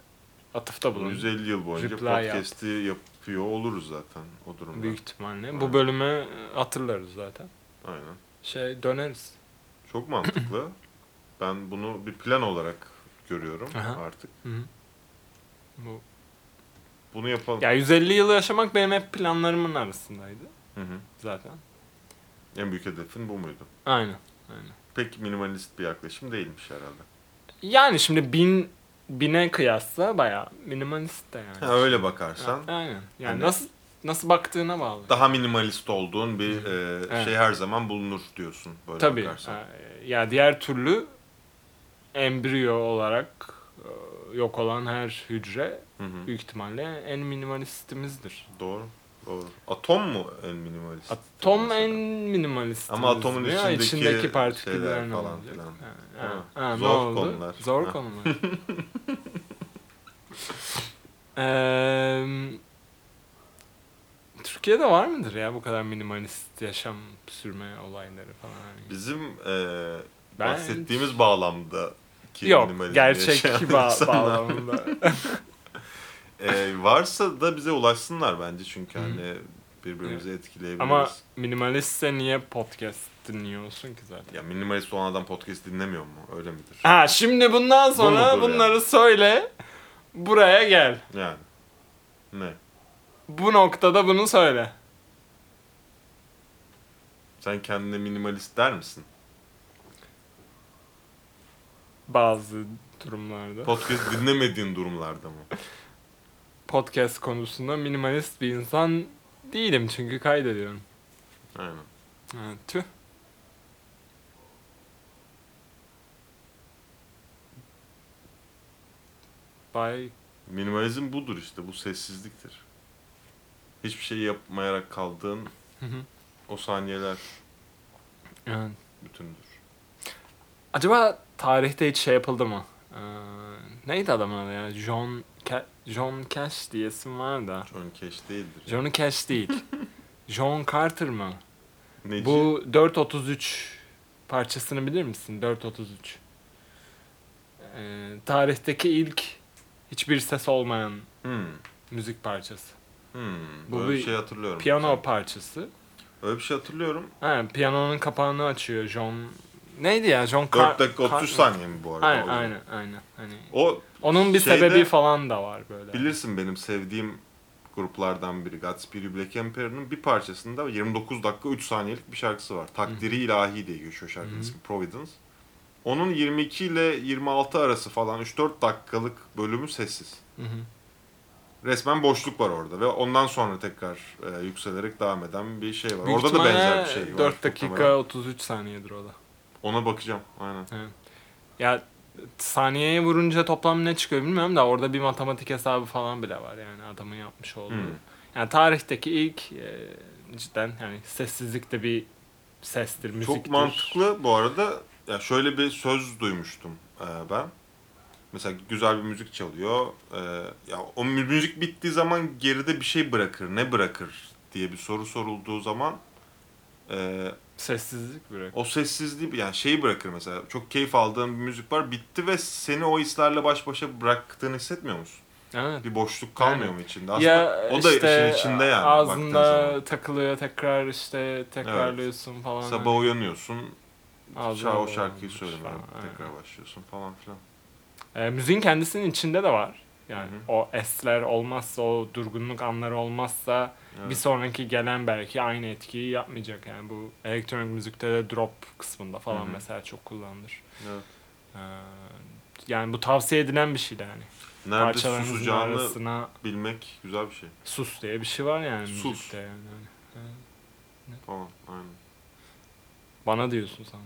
[SPEAKER 1] atıfta bulun.
[SPEAKER 2] 150 yıl boyunca
[SPEAKER 1] Reply yap.
[SPEAKER 2] podcast'i yapıyor oluruz zaten o durumda.
[SPEAKER 1] Büyük ihtimalle.
[SPEAKER 2] Aynen.
[SPEAKER 1] Bu bölümü e, hatırlarız zaten.
[SPEAKER 2] Aynen.
[SPEAKER 1] Şey döneriz.
[SPEAKER 2] Çok mantıklı. ben bunu bir plan olarak görüyorum
[SPEAKER 1] Aha.
[SPEAKER 2] artık.
[SPEAKER 1] Hı hı. Bu.
[SPEAKER 2] Bunu yapalım.
[SPEAKER 1] Ya 150 yıl yaşamak benim hep planlarımın arasındaydı
[SPEAKER 2] Hı hı.
[SPEAKER 1] zaten.
[SPEAKER 2] En büyük hedefin bu muydu?
[SPEAKER 1] Aynen. Aynen.
[SPEAKER 2] Pek minimalist bir yaklaşım değilmiş herhalde.
[SPEAKER 1] Yani şimdi bin bine kıyasla bayağı minimalist de yani.
[SPEAKER 2] Ha, öyle bakarsan
[SPEAKER 1] Aynen. Yani
[SPEAKER 2] Hani-
[SPEAKER 1] nasıl nasıl baktığına bağlı.
[SPEAKER 2] daha minimalist olduğun bir e,
[SPEAKER 1] Evet.
[SPEAKER 2] şey her zaman bulunur diyorsun böyle
[SPEAKER 1] Tabii.
[SPEAKER 2] bakarsan.
[SPEAKER 1] Ha, e, Ya diğer türlü embriyo olarak e, yok olan her hücre
[SPEAKER 2] Hı hı.
[SPEAKER 1] büyük ihtimalle en minimalistimizdir.
[SPEAKER 2] Doğru. Doğru. Atom mu en minimalist?
[SPEAKER 1] Atom
[SPEAKER 2] Mesela.
[SPEAKER 1] en minimalist.
[SPEAKER 2] Ama atomun içindeki şeyler
[SPEAKER 1] partiküllerin
[SPEAKER 2] falan
[SPEAKER 1] olacak.
[SPEAKER 2] filan.
[SPEAKER 1] Ha, ha,
[SPEAKER 2] Ha,
[SPEAKER 1] ha, ne
[SPEAKER 2] zor
[SPEAKER 1] oldu?
[SPEAKER 2] konular.
[SPEAKER 1] Zor
[SPEAKER 2] Ha.
[SPEAKER 1] konular. Eee, Türkiye'de var mıdır ya bu kadar minimalist yaşam sürme olayları falan?
[SPEAKER 2] Bizim e,
[SPEAKER 1] Ben-
[SPEAKER 2] bahsettiğimiz bağlamda ki
[SPEAKER 1] Yok,
[SPEAKER 2] minimalizm
[SPEAKER 1] gerçek
[SPEAKER 2] yaşayan
[SPEAKER 1] ba-
[SPEAKER 2] insanlar-
[SPEAKER 1] bağlamında.
[SPEAKER 2] E, varsa da bize ulaşsınlar bence çünkü hani birbirimizi etkileyebiliriz.
[SPEAKER 1] Ama minimalistse niye podcast dinliyorsun ki zaten?
[SPEAKER 2] ya minimalist olan adam podcast dinlemiyor mu? Öyle midir?
[SPEAKER 1] Ha şimdi bundan sonra
[SPEAKER 2] mudur
[SPEAKER 1] bunları söyle. Buraya gel.
[SPEAKER 2] Yani. Ne?
[SPEAKER 1] Bu noktada bunu söyle.
[SPEAKER 2] Sen kendine minimalist der misin?
[SPEAKER 1] Bazı durumlarda.
[SPEAKER 2] Podcast dinlemediğin durumlarda mı?
[SPEAKER 1] podcast konusunda minimalist bir insan değilim çünkü kaydediyorum.
[SPEAKER 2] Aynen.
[SPEAKER 1] Ha, tüh. Bay
[SPEAKER 2] Minimalizm budur işte. Bu sessizliktir. Hiçbir şey yapmayarak kaldığın
[SPEAKER 1] Hı hı.
[SPEAKER 2] o saniyeler
[SPEAKER 1] Yani
[SPEAKER 2] bütündür.
[SPEAKER 1] Acaba tarihte hiç şey yapıldı mı? Ee, neydi adamın adı ya? John Ca- John Cash diye isim var da.
[SPEAKER 2] John Cash değildir.
[SPEAKER 1] John Cash değil. John Carter mı?
[SPEAKER 2] Neci?
[SPEAKER 1] Bu 433 parçasını bilir misin? 433. Ee, tarihteki ilk hiçbir ses olmayan
[SPEAKER 2] Hmm.
[SPEAKER 1] müzik parçası.
[SPEAKER 2] Hmm.
[SPEAKER 1] Bu
[SPEAKER 2] Öyle bir
[SPEAKER 1] bir
[SPEAKER 2] şey hatırlıyorum.
[SPEAKER 1] Piyano parçası.
[SPEAKER 2] Öyle bir şey hatırlıyorum.
[SPEAKER 1] Ha, piyanonun kapağını açıyor John. Neydi ya? John
[SPEAKER 2] 4
[SPEAKER 1] Car-
[SPEAKER 2] dakika 30
[SPEAKER 1] Car-
[SPEAKER 2] saniye mi bu arada?
[SPEAKER 1] Aynen
[SPEAKER 2] O-
[SPEAKER 1] aynen aynen. Hani
[SPEAKER 2] O
[SPEAKER 1] Onun bir
[SPEAKER 2] Şeyde-
[SPEAKER 1] sebebi falan da var böyle.
[SPEAKER 2] bilirsin benim sevdiğim gruplardan biri Godspeed You Black Empire'ın bir parçasında 29 dakika 3 saniyelik bir şarkısı var. Takdiri ilahi diye geçiyor şarkının
[SPEAKER 1] Hı hı.
[SPEAKER 2] ismi Providence. Onun 22 ile 26 arası falan 3-4 dakikalık bölümü sessiz.
[SPEAKER 1] Hı hı.
[SPEAKER 2] Resmen boşluk var orada ve ondan sonra tekrar e, yükselerek devam eden bir şey var.
[SPEAKER 1] Büyük
[SPEAKER 2] orada da benzer bir
[SPEAKER 1] ihtimalle
[SPEAKER 2] şey var.
[SPEAKER 1] 4 dakika
[SPEAKER 2] muhtemelen.
[SPEAKER 1] 33 saniyedir o da.
[SPEAKER 2] Ona bakacağım aynen.
[SPEAKER 1] Ya saniyeye vurunca toplam ne çıkıyor bilmiyorum da orada bir matematik hesabı falan bile var yani adamın yapmış olduğu.
[SPEAKER 2] Hmm.
[SPEAKER 1] Yani tarihteki ilk e, cidden yani sessizlik de bir sestir, müziktir.
[SPEAKER 2] Çok mantıklı bu arada. Ya şöyle bir söz duymuştum e, ben. Mesela güzel bir müzik çalıyor. E, ya o mü- müzik bittiği zaman geride bir şey bırakır, ne bırakır diye bir soru sorulduğu zaman e,
[SPEAKER 1] Sessizlik bırak.
[SPEAKER 2] o sessizliği yani şeyi bırakır mesela. Çok keyif aldığın bir müzik var, bitti ve seni o hislerle baş başa bıraktığını hissetmiyor musun?
[SPEAKER 1] Evet.
[SPEAKER 2] Bir boşluk kalmıyor
[SPEAKER 1] Aynen.
[SPEAKER 2] mu içinde? Aslında o da işin içinde yani. baktığın zaman.
[SPEAKER 1] Ağzında takılıyor tekrar işte tekrarlıyorsun falan.
[SPEAKER 2] Sabah uyanıyorsun,
[SPEAKER 1] Ağzına
[SPEAKER 2] şa- o
[SPEAKER 1] dolanmış
[SPEAKER 2] şarkıyı söylemeye
[SPEAKER 1] falan, aynen.
[SPEAKER 2] tekrar başlıyorsun falan filan.
[SPEAKER 1] E, müziğin kendisinin içinde de var. Yani
[SPEAKER 2] Hı hı.
[SPEAKER 1] o esler olmazsa, o durgunluk anları olmazsa
[SPEAKER 2] Evet.
[SPEAKER 1] bir sonraki gelen belki aynı etkiyi yapmayacak. Yani bu elektronik müzikte de drop kısmında falan
[SPEAKER 2] Hı hı.
[SPEAKER 1] mesela çok kullanılır.
[SPEAKER 2] Evet.
[SPEAKER 1] E, yani bu tavsiye edilen bir şey de yani.
[SPEAKER 2] Nerede
[SPEAKER 1] Parçalarımızın
[SPEAKER 2] susacağını
[SPEAKER 1] arasına
[SPEAKER 2] bilmek güzel bir şey.
[SPEAKER 1] sus diye bir şey var yani
[SPEAKER 2] Sus.
[SPEAKER 1] müzikte yani. Yani
[SPEAKER 2] Tamam aynen.
[SPEAKER 1] Bana diyorsun sen.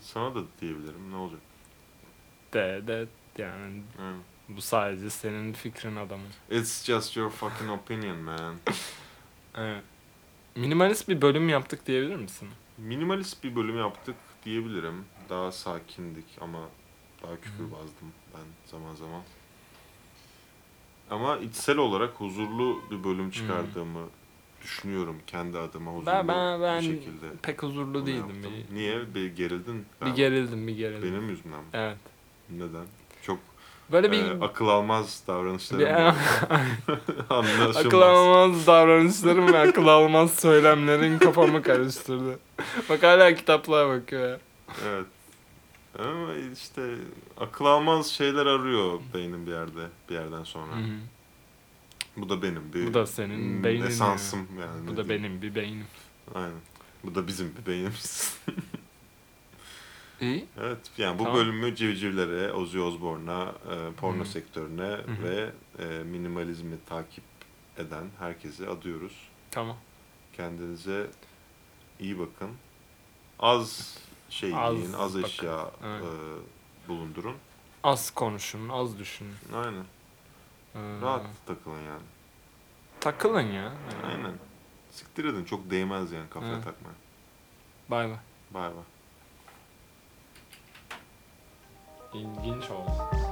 [SPEAKER 2] Sana da diyebilirim ne olacak.
[SPEAKER 1] De de yani
[SPEAKER 2] Aynen.
[SPEAKER 1] bu sadece senin fikrin adamı.
[SPEAKER 2] It's just your fucking opinion man.
[SPEAKER 1] Evet. Minimalist bir bölüm yaptık diyebilir misin?
[SPEAKER 2] Minimalist bir bölüm yaptık diyebilirim. Daha sakindik ama daha küfürbazdım ben zaman zaman. Ama içsel olarak huzurlu bir bölüm çıkardığımı düşünüyorum kendi adıma huzurlu
[SPEAKER 1] Ben ben ben
[SPEAKER 2] bir şekilde.
[SPEAKER 1] pek huzurlu
[SPEAKER 2] bunu
[SPEAKER 1] değildim.
[SPEAKER 2] yaptım.
[SPEAKER 1] Bir,
[SPEAKER 2] Niye? Bir gerildin.
[SPEAKER 1] bir
[SPEAKER 2] Ben-
[SPEAKER 1] gerildim, bir gerildim.
[SPEAKER 2] Benim yüzümden mi?
[SPEAKER 1] Evet.
[SPEAKER 2] Neden? Çok
[SPEAKER 1] Böyle bir
[SPEAKER 2] e, akıl almaz davranışlarım
[SPEAKER 1] Bir-
[SPEAKER 2] var. anlaşılmaz.
[SPEAKER 1] akıl almaz davranışlarım ve akıl almaz söylemlerin kafamı karıştırdı. Bak hala kitaplara bakıyor. ya.
[SPEAKER 2] Evet. Ama işte akıl almaz şeyler arıyor beynim bir yerde bir yerden sonra.
[SPEAKER 1] Hı hı.
[SPEAKER 2] Bu da benim bir
[SPEAKER 1] Bu da senin
[SPEAKER 2] mm,
[SPEAKER 1] beynin. ya.
[SPEAKER 2] esansım yani.
[SPEAKER 1] Bu
[SPEAKER 2] ne
[SPEAKER 1] da
[SPEAKER 2] diyeyim.
[SPEAKER 1] benim bir beynim.
[SPEAKER 2] Aynen. Bu da bizim bir beynimiz.
[SPEAKER 1] İyi.
[SPEAKER 2] evet. Yani bu
[SPEAKER 1] Tamam.
[SPEAKER 2] bölümü civcivlere, Ozzy Osbourne'a, e, porno
[SPEAKER 1] Hı.
[SPEAKER 2] sektörüne
[SPEAKER 1] hı.
[SPEAKER 2] ve e, minimalizmi takip eden herkese adıyoruz.
[SPEAKER 1] Tamam.
[SPEAKER 2] Kendinize iyi bakın. Az şey
[SPEAKER 1] Az
[SPEAKER 2] yiyin, az
[SPEAKER 1] bakın.
[SPEAKER 2] eşya
[SPEAKER 1] Evet.
[SPEAKER 2] e, bulundurun.
[SPEAKER 1] Az konuşun, az düşünün.
[SPEAKER 2] Aynen.
[SPEAKER 1] Ee,
[SPEAKER 2] Rahat takılın yani.
[SPEAKER 1] Takılın ya.
[SPEAKER 2] Aynen. Siktir edin. Çok değmez yani kafaya
[SPEAKER 1] Evet.
[SPEAKER 2] takmaya.
[SPEAKER 1] Bay bay.
[SPEAKER 2] Bay bay.
[SPEAKER 1] İlginç oldu.